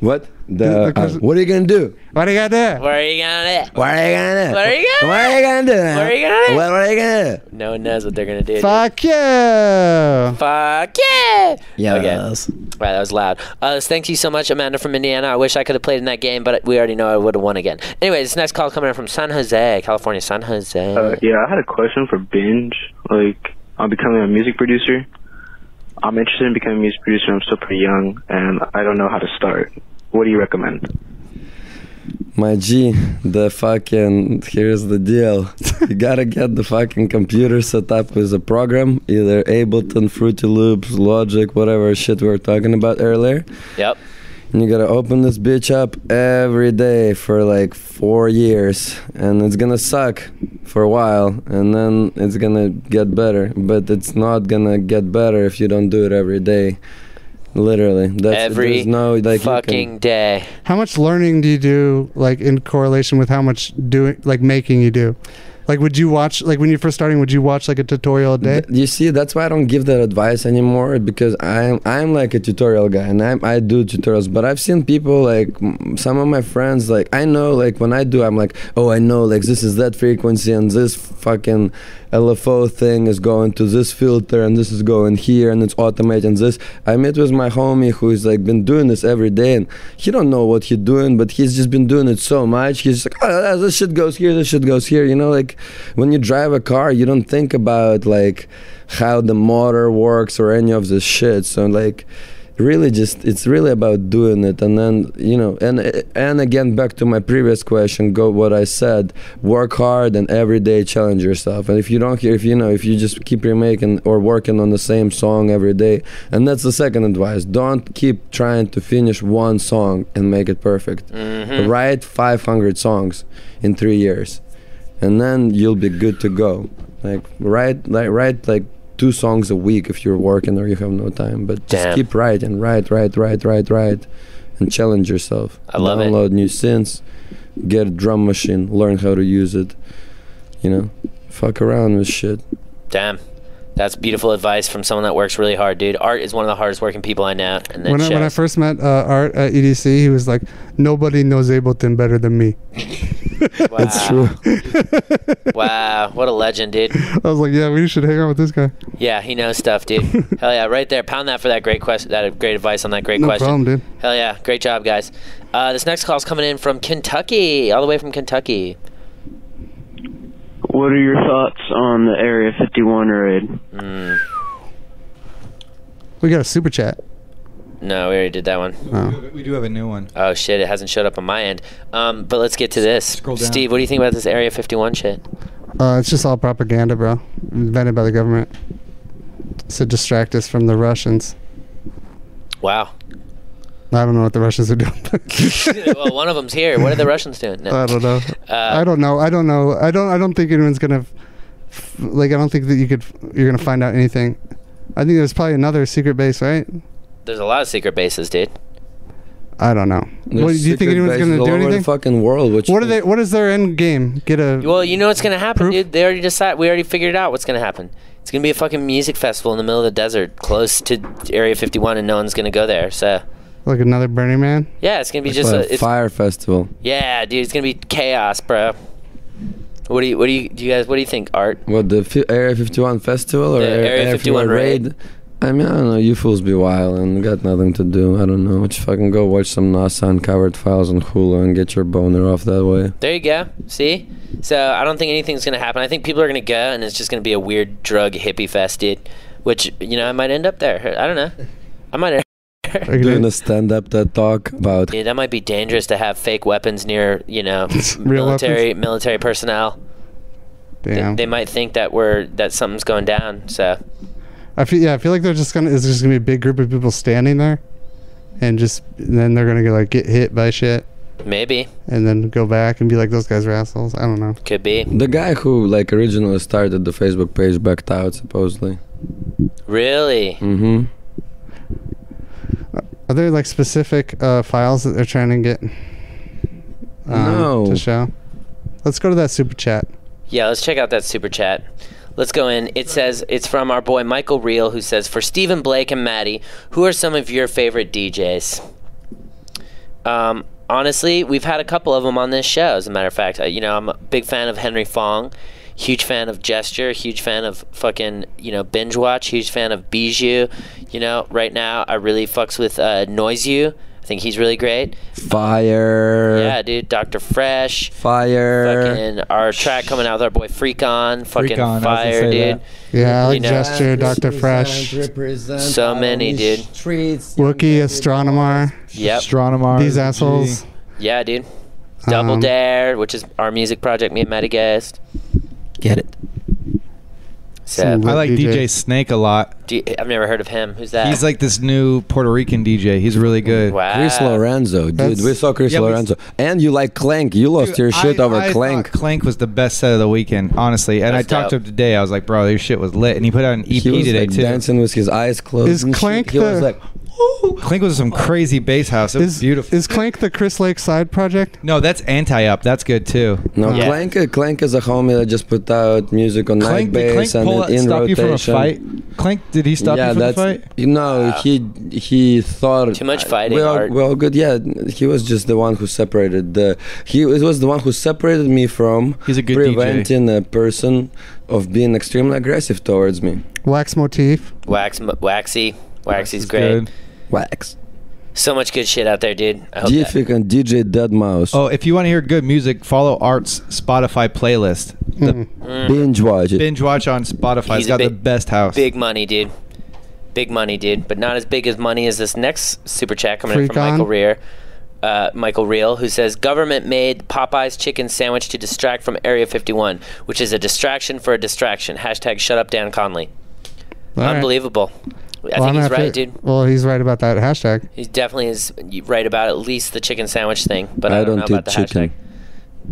Speaker 4: what? The,
Speaker 2: the
Speaker 4: uh,
Speaker 2: question-
Speaker 4: what are you gonna do?
Speaker 2: What do you got there?
Speaker 1: Where are you gonna?
Speaker 4: What are you gonna do?
Speaker 1: What are you gonna
Speaker 4: What are you gonna do?
Speaker 1: What are you gonna do?
Speaker 4: What, what are you gonna do?
Speaker 1: No one knows what they're gonna do. dude.
Speaker 2: Fuck you.
Speaker 1: Fuck yeah!
Speaker 4: Yeah.
Speaker 1: Okay. Right, that was loud. Uh, thank you so much, Amanda from Indiana. I wish I could have played in that game, but we already know I would have won again. Anyway, this next call coming in from San Jose, California. San Jose.
Speaker 13: Uh, yeah, I had a question for Binge. Like, I'm becoming a music producer. I'm interested in becoming a music producer. I'm still pretty young, and I don't know how to start. What do you recommend?
Speaker 4: My G, the fucking here's the deal. you gotta get the fucking computer set up with a program, either Ableton, Fruity Loops, Logic, whatever shit we were talking about earlier.
Speaker 1: Yep.
Speaker 4: And you gotta open this bitch up every day for like four years, and it's gonna suck for a while, and then it's gonna get better. But it's not gonna get better if you don't do it every day. Literally, that's
Speaker 1: Every
Speaker 4: there's no like you can-
Speaker 1: fucking day.
Speaker 2: How much learning do you do, like, in correlation with how much doing, like, making you do? Like, would you watch, like, when you're first starting, would you watch, like, a tutorial a day?
Speaker 4: Th- you see, that's why I don't give that advice anymore because I'm I'm like a tutorial guy and I'm, I do tutorials. But I've seen people like m- some of my friends like I know like when I do I'm like oh I know like this is that frequency and this fucking LFO thing is going to this filter and this is going here and it's automating this. I met with my homie who's like been doing this every day and he don't know what he's doing but he's just been doing it so much. He's just like oh this shit goes here this shit goes here you know like when you drive a car you don't think about like how the motor works or any of this shit so like really just it's really about doing it and then you know and and again back to my previous question go what i said work hard and every day challenge yourself and if you don't hear if you know if you just keep remaking or working on the same song every day and that's the second advice don't keep trying to finish one song and make it perfect write 500 songs in 3 years and then you'll be good to go. Like write like write like two songs a week if you're working or you have no time. But just
Speaker 1: Damn.
Speaker 4: keep writing, write, write, write, write, write, and challenge yourself.
Speaker 1: I love it.
Speaker 4: Download new synths, get a drum machine, learn how to use it. You know, fuck around with shit.
Speaker 1: Damn. That's beautiful advice from someone that works really hard, dude. Art is one of the hardest working people I know, and then
Speaker 2: When I, when I first met uh, Art at EDC, he was like, "Nobody knows Ableton better than me."
Speaker 1: That's true. wow, what a legend, dude.
Speaker 2: I was like, "Yeah, we should hang out with this guy."
Speaker 1: Yeah, he knows stuff, dude. Hell yeah, right there. Pound that for that great question. That great advice on that great
Speaker 2: No
Speaker 1: question.
Speaker 2: problem, dude.
Speaker 1: Hell yeah, great job, guys. Uh, this next call's coming in from Kentucky, all the way from Kentucky.
Speaker 14: What are your thoughts on the Area 51 raid?
Speaker 1: Hmm,
Speaker 2: We got a super chat.
Speaker 1: No, we already did that one.
Speaker 2: Oh.
Speaker 3: We do have a new one.
Speaker 1: Oh shit, it hasn't showed up on my end. Um, but let's get to this.
Speaker 3: down.
Speaker 1: Steve, what do you think about this Area 51 shit?
Speaker 2: Uh, it's just all propaganda, bro. Invented by the government to distract us from the Russians.
Speaker 1: Wow.
Speaker 2: I don't know what the Russians are doing.
Speaker 1: well, one of them's here. What are the Russians doing? No.
Speaker 2: I don't know.
Speaker 1: Uh,
Speaker 2: I don't know. I don't know. I don't. I don't think anyone's gonna, f- like. I don't think that you could. You're gonna find out anything. I think there's probably another secret base, right?
Speaker 1: There's a lot of secret bases, dude.
Speaker 2: I don't know. what, do you think anyone's gonna do anything?
Speaker 4: fucking world. Which
Speaker 2: What are they? What is their end game? Get a.
Speaker 1: Well, you know what's gonna happen, dude. They already decide. We already figured out what's gonna happen. It's gonna be a fucking music festival in the middle of the desert, close to Area 51, and no one's gonna go there. So
Speaker 2: Like another Burning Man?
Speaker 1: yeah, it's gonna be just a,
Speaker 4: a
Speaker 1: it's,
Speaker 4: fire festival.
Speaker 1: yeah, dude. It's gonna be chaos, bro. What do you what do you do you guys what do you think, Art?
Speaker 4: What the fi- Area 51 festival or
Speaker 1: The Area 51 raid.
Speaker 4: I mean, I don't know. You fools be wild and got nothing to do. I don't know. Just fucking go watch some NASA uncovered files on Hulu and get your boner off that way.
Speaker 1: There you go. See? So I don't think anything's gonna happen. I think people are gonna go, and it's just gonna be a weird drug hippie fest, dude. Which you know I might end up there. I don't know. I might.
Speaker 4: Doing a stand up that talk about
Speaker 1: Yeah, that might be dangerous to have fake weapons near, you know, military
Speaker 4: weapons?
Speaker 1: military personnel.
Speaker 2: Damn.
Speaker 1: They might think that we're that something's going down. So
Speaker 2: I feel. Yeah, I feel like they're just gonna. It's just gonna be a big group of people standing there, and just then they're gonna get like get hit by shit,
Speaker 1: maybe
Speaker 2: and then go back and be like, those guys were assholes. I don't know.
Speaker 1: could be
Speaker 4: the guy who like originally started the Facebook page backed out supposedly.
Speaker 1: really
Speaker 4: Mm-hmm.
Speaker 2: Are there like specific uh, files that they're trying to get? um,
Speaker 4: No.
Speaker 2: To show. Let's go to that super chat.
Speaker 1: Yeah, let's check out that super chat. Let's go in. It says it's from our boy Michael Reel, who says for Stephen Blake and Maddie, who are some of your favorite DJs? Um, honestly, we've had a couple of them on this show. As a matter of fact, Uh, you know, I'm a big fan of Henry Fong, huge fan of Gesture, huge fan of fucking you know binge watch, huge fan of Bijou. You know, right now I really fucks with uh, Noise You. I think he's really great.
Speaker 4: Fire.
Speaker 1: Yeah, dude, Dr. Fresh.
Speaker 4: Fire.
Speaker 1: Fucking our track coming out with our boy Freak On. Fucking
Speaker 4: Freak On, I was gonna
Speaker 1: fire,
Speaker 4: say
Speaker 1: dude.
Speaker 2: Yeah, I like
Speaker 1: know-
Speaker 2: gesture, Doctor
Speaker 1: uh,
Speaker 2: Fresh,
Speaker 1: So many, dude.
Speaker 2: Wookie Astronomer.
Speaker 1: Yep.
Speaker 2: Astronomer. These assholes.
Speaker 1: Yeah, dude. Double
Speaker 2: Um,
Speaker 1: Dare, which is our music project, me and Matty Guest.
Speaker 4: Get it.
Speaker 1: So,
Speaker 3: I like DJ Snake a lot.
Speaker 1: Do you, I've never heard of him. Who's that?
Speaker 3: He's like this new Puerto Rican DJ. He's really good.
Speaker 1: Wow.
Speaker 4: Chris Lorenzo, dude.
Speaker 3: That's-
Speaker 4: we saw Chris
Speaker 3: Yeah, we-
Speaker 4: Lorenzo. And you like Clank. You lost your shit over
Speaker 3: I
Speaker 4: Clank.
Speaker 3: thought Clank was the best set of the weekend, honestly. And
Speaker 4: That's
Speaker 3: I talked
Speaker 4: dope.
Speaker 3: to him today. I was like, bro, this shit was lit. And he put out an EP
Speaker 4: He was
Speaker 3: today
Speaker 4: like
Speaker 3: too.
Speaker 4: dancing with his eyes closed.
Speaker 2: Is
Speaker 4: and shit.
Speaker 2: Clank
Speaker 4: He was
Speaker 2: the-
Speaker 4: like,
Speaker 3: Clank was some crazy bass house. It was
Speaker 2: Is
Speaker 3: beautiful.
Speaker 2: is Clank the Chris Lake side project?
Speaker 3: no, that's anti up. That's good too.
Speaker 4: no,
Speaker 2: Yeah.
Speaker 4: Clank, Clank is a homie that just put out music on night
Speaker 3: Clank, did Clank
Speaker 4: bass and
Speaker 3: pull out,
Speaker 4: in
Speaker 3: stop
Speaker 4: rotation.
Speaker 3: you from a fight? Clank, did he stop
Speaker 4: yeah,
Speaker 3: you from a
Speaker 4: that's
Speaker 3: fight?
Speaker 4: you know he he thought
Speaker 1: Too much fighting,
Speaker 4: Well,
Speaker 1: Art.
Speaker 4: well, good. Yeah, he was just the one who separated the. He it was the one who separated me from
Speaker 3: He's a good DJ.
Speaker 4: preventing a person of being extremely aggressive towards me.
Speaker 2: Wax motif.
Speaker 1: Wax, Waxy. Waxy's great.
Speaker 4: Wax.
Speaker 1: So much good shit out there, dude. I hope that.
Speaker 4: Difficult DJ Deadmau5.
Speaker 3: Oh, if you want to hear good music, follow Art's Spotify playlist. The
Speaker 4: Hmm.
Speaker 1: Mm.
Speaker 4: Binge watch it.
Speaker 3: binge watch on Spotify.
Speaker 1: He's
Speaker 3: He's got
Speaker 1: a big-
Speaker 3: the best house.
Speaker 1: Big money, dude. Big money, dude. But not as big as money as this next super chat coming in
Speaker 2: Freak
Speaker 1: from Michael
Speaker 2: on.
Speaker 1: Rear. Uh, Michael Reel, who says government made Popeye's chicken sandwich to distract from Area 51, which is a distraction for a distraction. Hashtag shut up Dan Conley.
Speaker 2: All right.
Speaker 1: Unbelievable. I
Speaker 2: Well, I'm
Speaker 1: think he's
Speaker 2: gonna have
Speaker 1: right,
Speaker 2: to-
Speaker 1: dude.
Speaker 2: Well, he's right about that hashtag.
Speaker 1: He definitely is right about at least the chicken sandwich thing, but I, don't, know about the hashtag.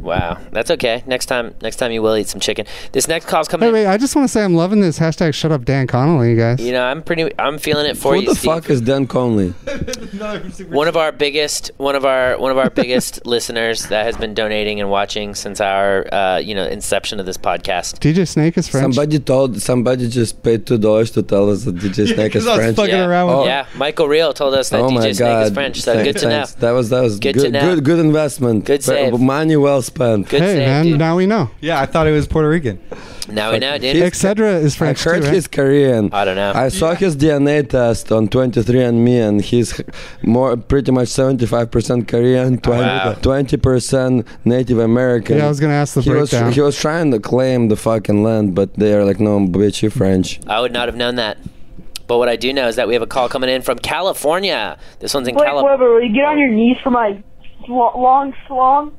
Speaker 1: Wow, that's okay. Next time, next time you will eat some chicken. This next call's coming.
Speaker 2: Wait, wait. I just want to say I'm loving this hashtag. Shut up, Dan Connolly, you guys.
Speaker 1: You know, I'm pretty. I'm feeling it for
Speaker 4: Who
Speaker 1: you,
Speaker 4: the
Speaker 1: Steve.
Speaker 4: fuck is Dan Conley?
Speaker 1: one of our biggest one of our one of our biggest listeners that has been donating and watching since our uh, you know inception of this podcast
Speaker 2: DJ Snake is French.
Speaker 4: Somebody told somebody just paid two dollars to tell us that DJ Snake is French.
Speaker 1: yeah. yeah michael real told us that
Speaker 4: oh
Speaker 1: dj
Speaker 4: my
Speaker 1: snake
Speaker 4: god!
Speaker 1: is french so
Speaker 4: Thank-
Speaker 1: good to know
Speaker 4: thanks. That was that was
Speaker 1: Good
Speaker 4: good.
Speaker 1: to
Speaker 4: Good,
Speaker 1: know.
Speaker 4: good, investment.
Speaker 1: Good
Speaker 4: But
Speaker 1: save.
Speaker 4: Money well spent.
Speaker 1: Good
Speaker 2: hey man, now we know.
Speaker 3: Yeah, I thought it was Puerto Rican.
Speaker 1: now we know dude
Speaker 2: Excedra is French
Speaker 4: I heard
Speaker 2: too, right?
Speaker 4: he's Korean.
Speaker 1: I don't know.
Speaker 4: I saw his DNA test on 23andMe, and he's h- more pretty much 75% Korean,
Speaker 1: Oh,
Speaker 4: 20,
Speaker 2: Wow.
Speaker 4: 20% Native American.
Speaker 2: Yeah, I was gonna ask the
Speaker 4: he was,
Speaker 2: breakdown.
Speaker 4: he was trying to claim the fucking land, but they are like, no, bitch, you French.
Speaker 1: i would not have known that but what i do know is that we have a call coming in from california this one's in
Speaker 15: Wait,
Speaker 1: california
Speaker 15: Weber, will you get on your knees for my sl- long slong?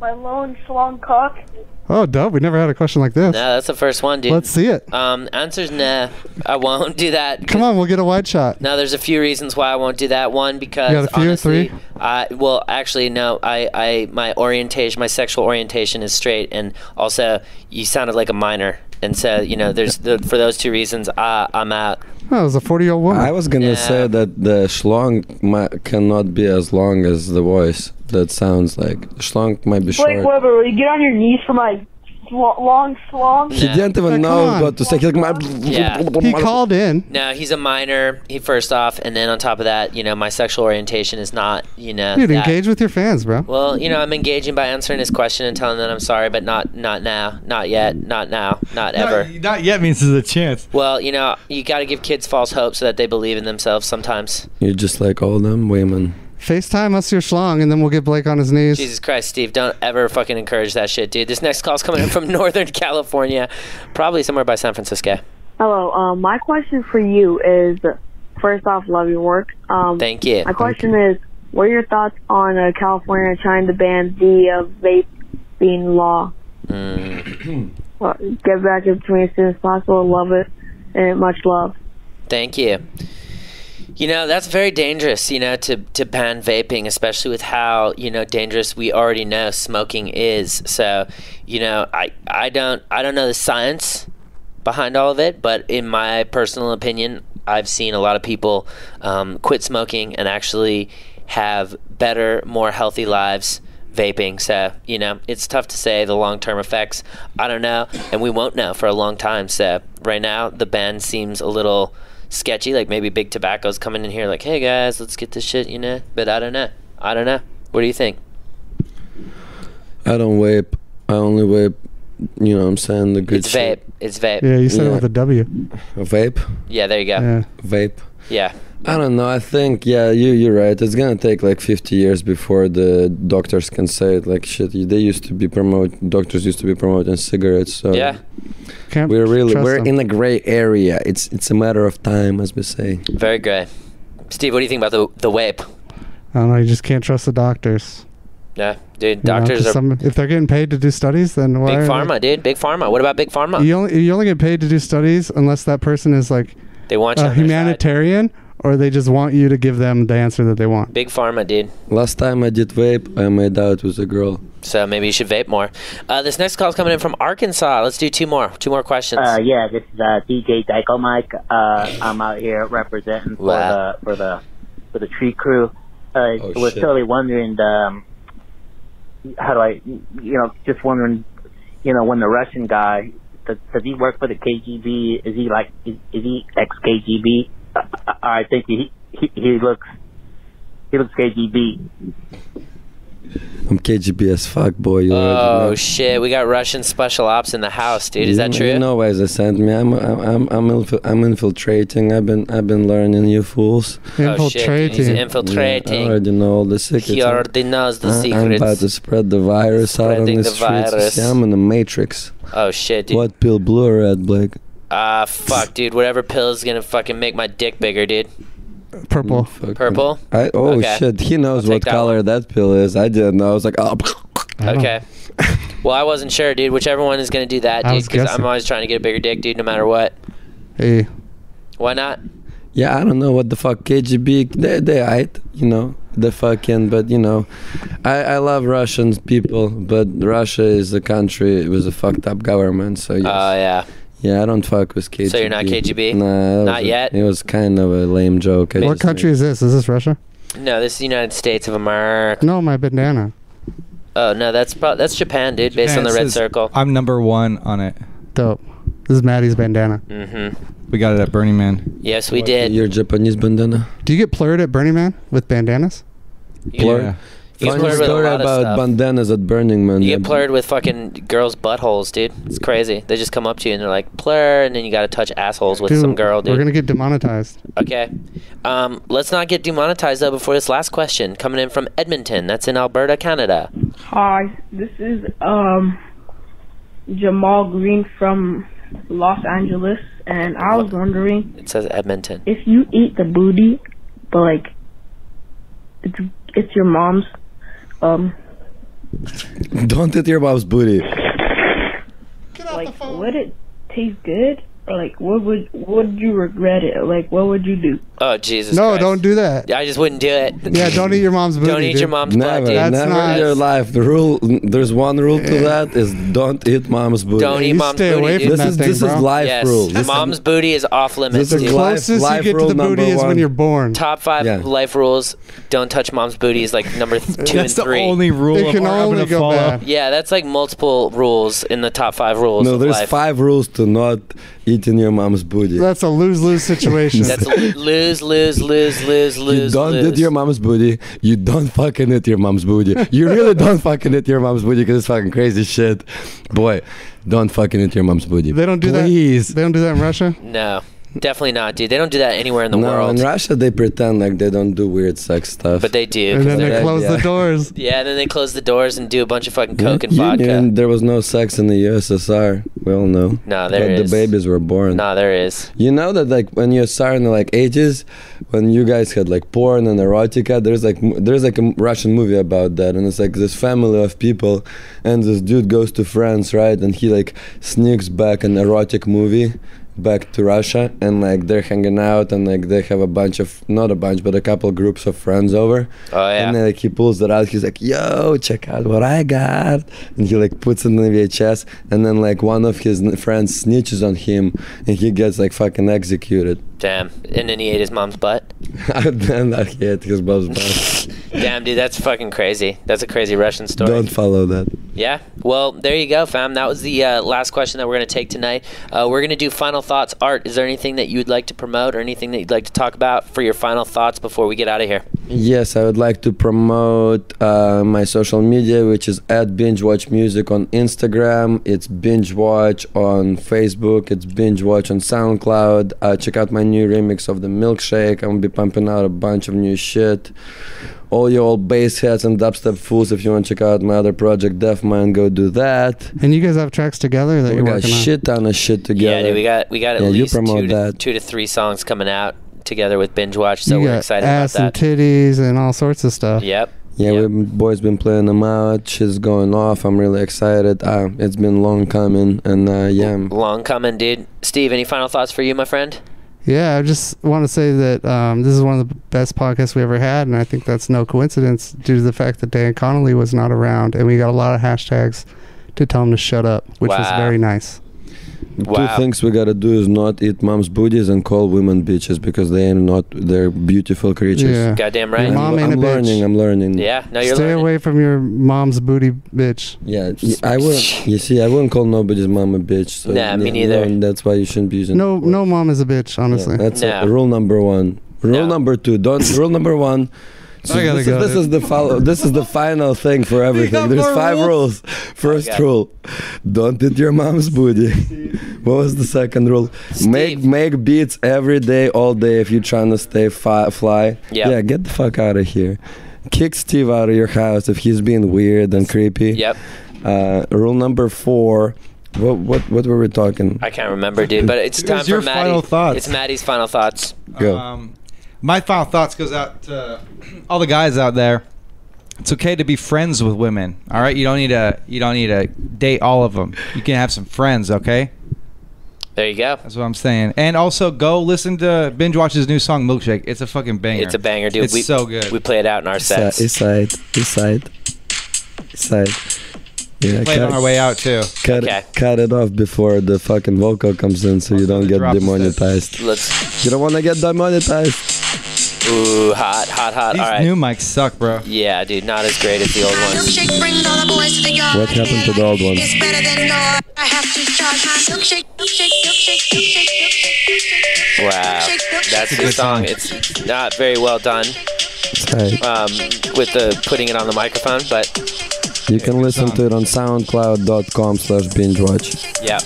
Speaker 15: My long slong cock?
Speaker 2: Oh, dope. We never had a question like this.
Speaker 1: no that's the first one dude
Speaker 2: Let's see it.
Speaker 1: um answers nah i won't do that
Speaker 2: Come on, we'll get a wide shot.
Speaker 1: No, there's a few reasons why I won't do that. One because
Speaker 2: You got a few,
Speaker 1: honestly,
Speaker 2: three?
Speaker 1: I well actually no, I, I my orientation, my sexual orientation is straight, and also you sounded like a minor, and so you know there's the, for those two reasons I I'm out.
Speaker 2: That was a 40 year old woman.
Speaker 4: I was gonna say that the schlong ma- cannot be as long as the voice. That sounds like schlong might be
Speaker 15: Blake
Speaker 4: short.
Speaker 15: Weber, will you get on your knees for my sl- long slong?
Speaker 4: He didn't even know what to say. He's like, my
Speaker 1: Yeah.
Speaker 2: He called in.
Speaker 1: No, he's a minor. He first off, and then on top of that, you know my sexual orientation is not you know
Speaker 2: Dude,
Speaker 1: that-
Speaker 2: engage with your fans, bro.
Speaker 1: Well, you know, I'm engaging by answering his question and telling him that I'm sorry, but not not now, not yet, not now, not ever.
Speaker 3: Not yet means there's a chance.
Speaker 1: Well, you know, you got to give kids false hope so that they believe in themselves sometimes.
Speaker 4: You're just like all them women.
Speaker 2: FaceTime us your schlong, and then we'll get Blake on his knees.
Speaker 1: Jesus Christ, Steve, don't ever fucking encourage that shit, dude. This next call's coming in from Northern California, probably somewhere by San Francisco.
Speaker 12: Hello. Um, my question for you is, first off, love your work. Um,
Speaker 1: Thank you.
Speaker 12: My question is, what are your thoughts on uh, California trying to ban the uh, vape being law?
Speaker 1: Mm.
Speaker 12: Uh, get back in between as soon as possible. Love it, and much love.
Speaker 1: Thank you. You know, that's very dangerous, you know, to, to ban vaping, especially with how, you know, dangerous we already know smoking is. So, you know, I, I don't I don't know the science behind all of it, but in my personal opinion, I've seen a lot of people um, quit smoking and actually have better, more healthy lives vaping. So, you know, it's tough to say the long term effects. I don't know, and we won't know for a long time. So, right now, the ban seems a little sketchy. Like maybe Big Tobacco's coming in here, like, hey guys, let's get this shit, you know? But I don't know. I don't know. What do you think?
Speaker 4: I don't vape. I only vape. You know what I'm saying? The good
Speaker 1: it's
Speaker 4: shit.
Speaker 1: vape. It's vape.
Speaker 2: Yeah, you said it with a W.
Speaker 4: A vape.
Speaker 1: Yeah, there you go.
Speaker 4: Vape.
Speaker 1: Yeah.
Speaker 4: I don't know. I think yeah, you you're right. It's gonna take like 50 years before the doctors can say it. Like shit, they used to be promote. Doctors used to be promoting cigarettes. So
Speaker 1: Yeah.
Speaker 2: Can't
Speaker 4: we're really
Speaker 1: trust
Speaker 4: we're
Speaker 1: them.
Speaker 4: in a gray area. It's it's a matter of time, as we say.
Speaker 1: Very good. Steve, what do you think about the, the vape?
Speaker 2: I don't know. You just can't trust the doctors.
Speaker 1: Yeah, dude.
Speaker 2: You know,
Speaker 1: Doctors
Speaker 2: 'cause
Speaker 1: are
Speaker 2: some- if they're getting paid to do studies, then why?
Speaker 1: big
Speaker 2: are they-
Speaker 1: pharma, dude. Big pharma. What about big pharma?
Speaker 2: You only you only get paid to do studies unless that person is like
Speaker 1: They want you
Speaker 2: a
Speaker 4: uh,
Speaker 1: on their
Speaker 2: humanitarian, or they just want you to give them the answer that they want.
Speaker 1: Big pharma, dude.
Speaker 4: Last time I did vape, I made out with a girl.
Speaker 1: So maybe you should vape more. Uh, this next call's coming in from Arkansas. Let's do two more. Two more questions.
Speaker 5: Ah,
Speaker 16: Uh, yeah, this is uh, DJ Dyko Mike. Uh, I'm out here representing for
Speaker 1: Wow. Oh,
Speaker 16: the for the for the tree crew. Uh, was
Speaker 1: shit.
Speaker 16: totally wondering um, how do I, you know, just wondering, you know, when the Russian guy does, does he work for the KGB? Is he like is, is he ex KGB? I, I I think he, he he looks he looks KGB.
Speaker 4: I'm KGB as fuck, boy. You already
Speaker 1: Oh
Speaker 4: know.
Speaker 1: shit, we got Russian special ops in the house, dude. Is
Speaker 4: You
Speaker 1: that
Speaker 4: know-
Speaker 1: true?
Speaker 4: You know why they sent me? I'm I'm I'm I'm, inf- I'm infiltrating. I've been I've been learning you fools.
Speaker 1: Oh, shit, dude, he's infiltrating.
Speaker 4: Yeah, I already know all the secrets.
Speaker 1: He already knows the
Speaker 4: I- I'm
Speaker 1: secrets.
Speaker 4: about to spread the virus out on
Speaker 1: Spreading
Speaker 4: the,
Speaker 1: the
Speaker 4: streets. You See,
Speaker 1: virus.
Speaker 4: I'm in the matrix.
Speaker 1: Oh shit, dude.
Speaker 4: What pill, blue or red, Blake?
Speaker 1: Ah, fuck, dude. Whatever pill is gonna fucking make my dick bigger, dude.
Speaker 2: Purple.
Speaker 1: Purple.
Speaker 4: I, oh
Speaker 1: Okay.
Speaker 4: shit, he knows
Speaker 1: I'll
Speaker 4: what
Speaker 1: take that
Speaker 4: color that pill is. I didn't know. I was like, oh.
Speaker 1: Okay. well, I wasn't sure, dude. Whichever one is gonna do that,
Speaker 4: I
Speaker 1: dude.
Speaker 4: was
Speaker 1: Because I'm
Speaker 4: guessing.
Speaker 1: always trying to get a bigger dick, dude. No matter what.
Speaker 2: Hey.
Speaker 1: Why not?
Speaker 4: Yeah, I don't know what the fuck KGB. They they right, you know. the fucking but you know I, I love Russian people but Russia is a country with a fucked up government so yes.
Speaker 1: Oh yeah.
Speaker 4: yeah I don't fuck with KGB
Speaker 1: So you're not KGB?
Speaker 4: nah, that
Speaker 1: Not
Speaker 4: was a-
Speaker 1: yet?
Speaker 4: it was kind of a lame joke I
Speaker 2: What
Speaker 4: just
Speaker 2: country is this? Is this Russia?
Speaker 1: No, this is the United States of America.
Speaker 2: No, my bandana.
Speaker 1: Oh no, that's pro- that's Japan, dude, based on
Speaker 3: Japan
Speaker 1: the red
Speaker 3: says-
Speaker 1: circle.
Speaker 3: I'm number one on it.
Speaker 2: Dope. This is Maddie's bandana.
Speaker 1: hmm
Speaker 3: We got it at Burning Man.
Speaker 1: Yes, we did.
Speaker 4: Your Japanese bandana.
Speaker 2: Do you get plurred at Burning Man with bandanas?
Speaker 4: Blur.
Speaker 1: You
Speaker 4: Funny
Speaker 1: blurred with a
Speaker 4: story
Speaker 1: lot of
Speaker 4: about
Speaker 1: stuff.
Speaker 4: bandanas at Burning Man.
Speaker 1: You
Speaker 4: Yeah,
Speaker 1: get plurred with fucking girls' buttholes, dude. It's crazy. They just come up to you and they're like, plur, and then you gotta touch assholes with
Speaker 2: Dude,
Speaker 1: some girl, dude.
Speaker 2: We're gonna get demonetized.
Speaker 1: Okay. Um, let's not get demonetized, though, before this last question. Coming in from Edmonton. That's in Alberta, Canada.
Speaker 17: Hi, this is um Jamal Green from Los Angeles, and I was wondering
Speaker 1: It says Edmonton.
Speaker 17: if you eat the booty, but like it's it's your mom's. Um,
Speaker 4: Don't hit your mom's booty.
Speaker 17: like would it taste good? Or like what would would you regret it? Like what would you do?
Speaker 1: Oh, Jesus
Speaker 2: no,
Speaker 1: Christ.
Speaker 2: don't do that.
Speaker 1: I just wouldn't do it.
Speaker 2: Yeah, don't eat your mom's booty.
Speaker 1: Don't eat
Speaker 2: dude.
Speaker 1: your mom's
Speaker 4: Never,
Speaker 1: butt, dude.
Speaker 4: never in your life. The rule, there's one rule to that is don't eat mom's booty.
Speaker 1: Don't eat mom's booty. dude.
Speaker 4: This is this is life
Speaker 1: yes.
Speaker 4: rule. This
Speaker 1: mom's
Speaker 4: is,
Speaker 1: booty is off limits.
Speaker 4: this is
Speaker 1: dude.
Speaker 4: life- life rule number one.
Speaker 2: born.
Speaker 1: Top five
Speaker 4: Yeah.
Speaker 1: life rules: don't touch mom's booty is like number th- two
Speaker 3: That's
Speaker 1: and three.
Speaker 3: the only rule
Speaker 2: It
Speaker 3: of
Speaker 2: can
Speaker 3: where I'm
Speaker 2: only
Speaker 3: gonna
Speaker 2: go
Speaker 3: follow.
Speaker 2: bad.
Speaker 1: Yeah, that's like multiple rules in the top five rules.
Speaker 4: No,
Speaker 1: of
Speaker 4: there's
Speaker 1: life.
Speaker 4: five rules to not eating your mom's booty.
Speaker 2: That's a lose lose situation.
Speaker 1: That's lose, lose, lose, lose,
Speaker 4: you
Speaker 1: lose,
Speaker 4: don't
Speaker 1: lose.
Speaker 4: eat your mom's booty. You don't fucking eat your mom's booty. You really don't fucking eat your mom's booty because it's fucking crazy shit. Boy, don't fucking eat your mom's booty.
Speaker 2: they don't do that. They don't do that in Russia.
Speaker 1: no, definitely not, dude. They don't do that anywhere in the
Speaker 4: no,
Speaker 1: world.
Speaker 4: in Russia they pretend like they don't do weird sex stuff. But
Speaker 1: they do.
Speaker 4: And then
Speaker 1: they
Speaker 2: close the doors.
Speaker 1: Yeah, then they close the doors and do a bunch of fucking coke and
Speaker 4: You
Speaker 1: vodka.
Speaker 4: knew there was no sex in the USSR. We all know.
Speaker 1: No, there
Speaker 4: but
Speaker 1: is.
Speaker 4: The babies were born.
Speaker 1: Nah, there is.
Speaker 4: You know that like when USSR in the like ages, when you guys had like porn and erotica, there's like m- there's like a m- Russian movie about that, and it's like this family of people, and this dude goes to France, right, and he like sneaks back an erotic movie back to Russia and like they're hanging out and like they have a bunch of not a bunch but a couple groups of friends over
Speaker 1: Oh yeah.
Speaker 4: and then like he pulls it out. He's like, "Yo, check out what I got!" And he like puts it in the VHS. And then like one of his n- friends snitches on him, and he gets like fucking executed.
Speaker 1: Damn. And then he ate his mom's butt.
Speaker 4: then I hit his mom's butt.
Speaker 1: Damn, dude, that's fucking crazy. That's a crazy Russian story.
Speaker 4: Don't follow that.
Speaker 1: Yeah. Well, there you go, fam. That was the uh, last question that we're going to take tonight. Uh, we're going to do final thoughts. Art, is there anything that you'd like to promote or anything that you'd like to talk about for your final thoughts before we get out of here?
Speaker 4: Yes, I would like to promote uh, my social media, which is at Binge Watch Music on Instagram. It's Binge Watch on Facebook. It's Binge Watch on SoundCloud. Uh, check out my new remix of the Milkshake. I'm gonna be pumping out a bunch of new shit. All your old bass heads and dubstep fools. If you want to check out my other project, Deaf Mind, go do that.
Speaker 2: And you guys have tracks together that
Speaker 4: We
Speaker 2: you're
Speaker 4: got
Speaker 2: working
Speaker 4: shit ton of shit together.
Speaker 1: Yeah, dude, we got we got at
Speaker 4: Yeah, you
Speaker 1: least
Speaker 4: promote
Speaker 1: two to,
Speaker 4: that.
Speaker 1: two to three songs coming out together with binge watch.
Speaker 2: on.
Speaker 1: So
Speaker 2: you
Speaker 1: we're
Speaker 2: got
Speaker 1: excited about
Speaker 2: ass
Speaker 1: that.
Speaker 2: and titties and all sorts of stuff.
Speaker 1: Yep.
Speaker 4: Yeah, we boys been playing them out. Shit's going off. I'm really excited. Uh, it's been long coming, and uh, yeah, I'm-
Speaker 1: Long coming, dude. Steve, any final thoughts for you, my friend?
Speaker 2: Yeah, I just want to say that um, this is one of the best podcasts we ever had, and I think that's no coincidence due to the fact that Dan Connolly was not around, and we got a lot of hashtags to tell him to shut up, which was
Speaker 1: Wow.
Speaker 2: very nice.
Speaker 4: two things we gotta do is not eat mom's booties and call women bitches because they are not. They're beautiful creatures.
Speaker 2: Yeah.
Speaker 1: Goddamn right.
Speaker 4: I'm,
Speaker 2: Mom ain't
Speaker 4: I'm
Speaker 2: a bitch.
Speaker 4: learning. I'm learning.
Speaker 1: Yeah. No, you're
Speaker 2: Stay
Speaker 1: learning.
Speaker 2: away from your mom's booty, bitch.
Speaker 4: Yeah, y- I wouldn't. You see, I wouldn't call nobody's mom a bitch. So
Speaker 1: Nah, me
Speaker 4: yeah,
Speaker 1: neither.
Speaker 4: no, that's why you shouldn't be using.
Speaker 2: No, no mom is a bitch. Honestly,
Speaker 4: That's it. rule number one. Rule number two. Don't. rule number one. So
Speaker 2: I gotta
Speaker 4: this,
Speaker 2: go,
Speaker 4: is, this
Speaker 2: dude.
Speaker 4: is the follow. This is the final thing for everything. There's
Speaker 2: more
Speaker 4: five
Speaker 2: rules?
Speaker 4: rules. First
Speaker 1: Okay.
Speaker 4: rule: don't eat your mom's booty. what was the second rule? Make make beats every day, all day. If you're trying to stay fi- fly,
Speaker 1: Yeah.
Speaker 4: yeah, get the fuck out of here. Kick Steve out of your house if he's being weird and creepy.
Speaker 1: Yep.
Speaker 4: Uh, rule number four. What what what were we talking?
Speaker 1: I can't remember, dude, but it's
Speaker 4: It
Speaker 1: time
Speaker 4: was
Speaker 1: for
Speaker 4: your
Speaker 1: Maddie.
Speaker 4: final thoughts.
Speaker 1: It's Maddie's final thoughts.
Speaker 4: Go.
Speaker 3: Um, my final thoughts goes out to all the guys out there. It's okay to be friends with women. All right, you don't need to you don't need to date all of them. You can have some friends, okay?
Speaker 1: There you go.
Speaker 3: That's what I'm saying. And also, go listen to binge watch his new song Milkshake. It's a fucking banger.
Speaker 1: It's a banger, dude.
Speaker 3: It's
Speaker 1: we,
Speaker 3: so good.
Speaker 1: We play it out in our sets.
Speaker 4: East side, east side, east side. Yeah,
Speaker 3: Play it on our way out too.
Speaker 4: Cut, it, cut it off before the fucking vocal comes in, so you don't get
Speaker 3: drops that-
Speaker 4: demonetized.
Speaker 1: Let's.
Speaker 4: You don't want to get demonetized.
Speaker 1: Ooh, hot, hot, hot.
Speaker 4: These
Speaker 1: All right.
Speaker 4: new
Speaker 3: mics suck, bro.
Speaker 1: Yeah, dude, not as great as the old ones.
Speaker 4: What happened to the old one?
Speaker 1: Wow, that's the song. It's not very well done.
Speaker 4: alright.
Speaker 1: Um, with the putting it on the microphone, but
Speaker 4: You can listen to it on SoundCloud.com/slash binge watch.
Speaker 1: yeah,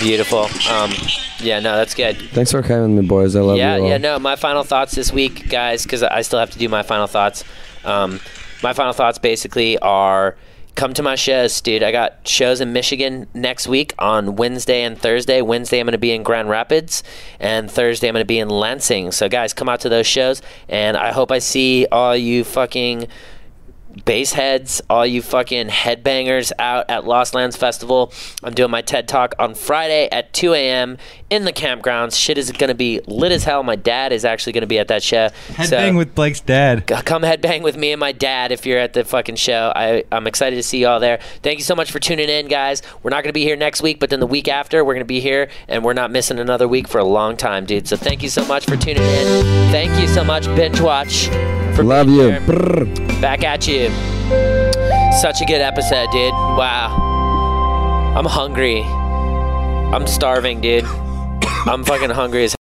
Speaker 1: beautiful. Um, yeah, no, that's good.
Speaker 4: Thanks for having me, boys. I love
Speaker 1: yeah,
Speaker 4: you all.
Speaker 1: yeah, no. My final thoughts this week, guys, because I still have to do my final thoughts. Um, my final thoughts basically are come to my shows, dude. I got shows in Michigan next week on Wednesday and Thursday. Wednesday, I'm going to be in Grand Rapids, and Thursday, I'm going to be in Lansing. So, guys, come out to those shows, and I hope I see all you fucking bass heads, all you fucking headbangers out at Lost Lands Festival. I'm doing my TED Talk on Friday at 2 a.m. in the campgrounds. Shit is going to be lit as hell. My dad is actually going to be at that show.
Speaker 3: Headbang with Blake's dad.
Speaker 1: G- Come headbang with me and my dad if you're at the fucking show. I, I'm excited to see y'all there. Thank you so much for tuning in, guys. We're not going to be here next week, but then the week after, we're going to be here, and we're not missing another week for a long time, dude. So thank you so much for tuning in. Thank you so much, Binge Watch.
Speaker 4: Love you.
Speaker 1: here. Back at you. Such a good episode, dude. Wow. I'm hungry. I'm starving, dude. I'm fucking hungry as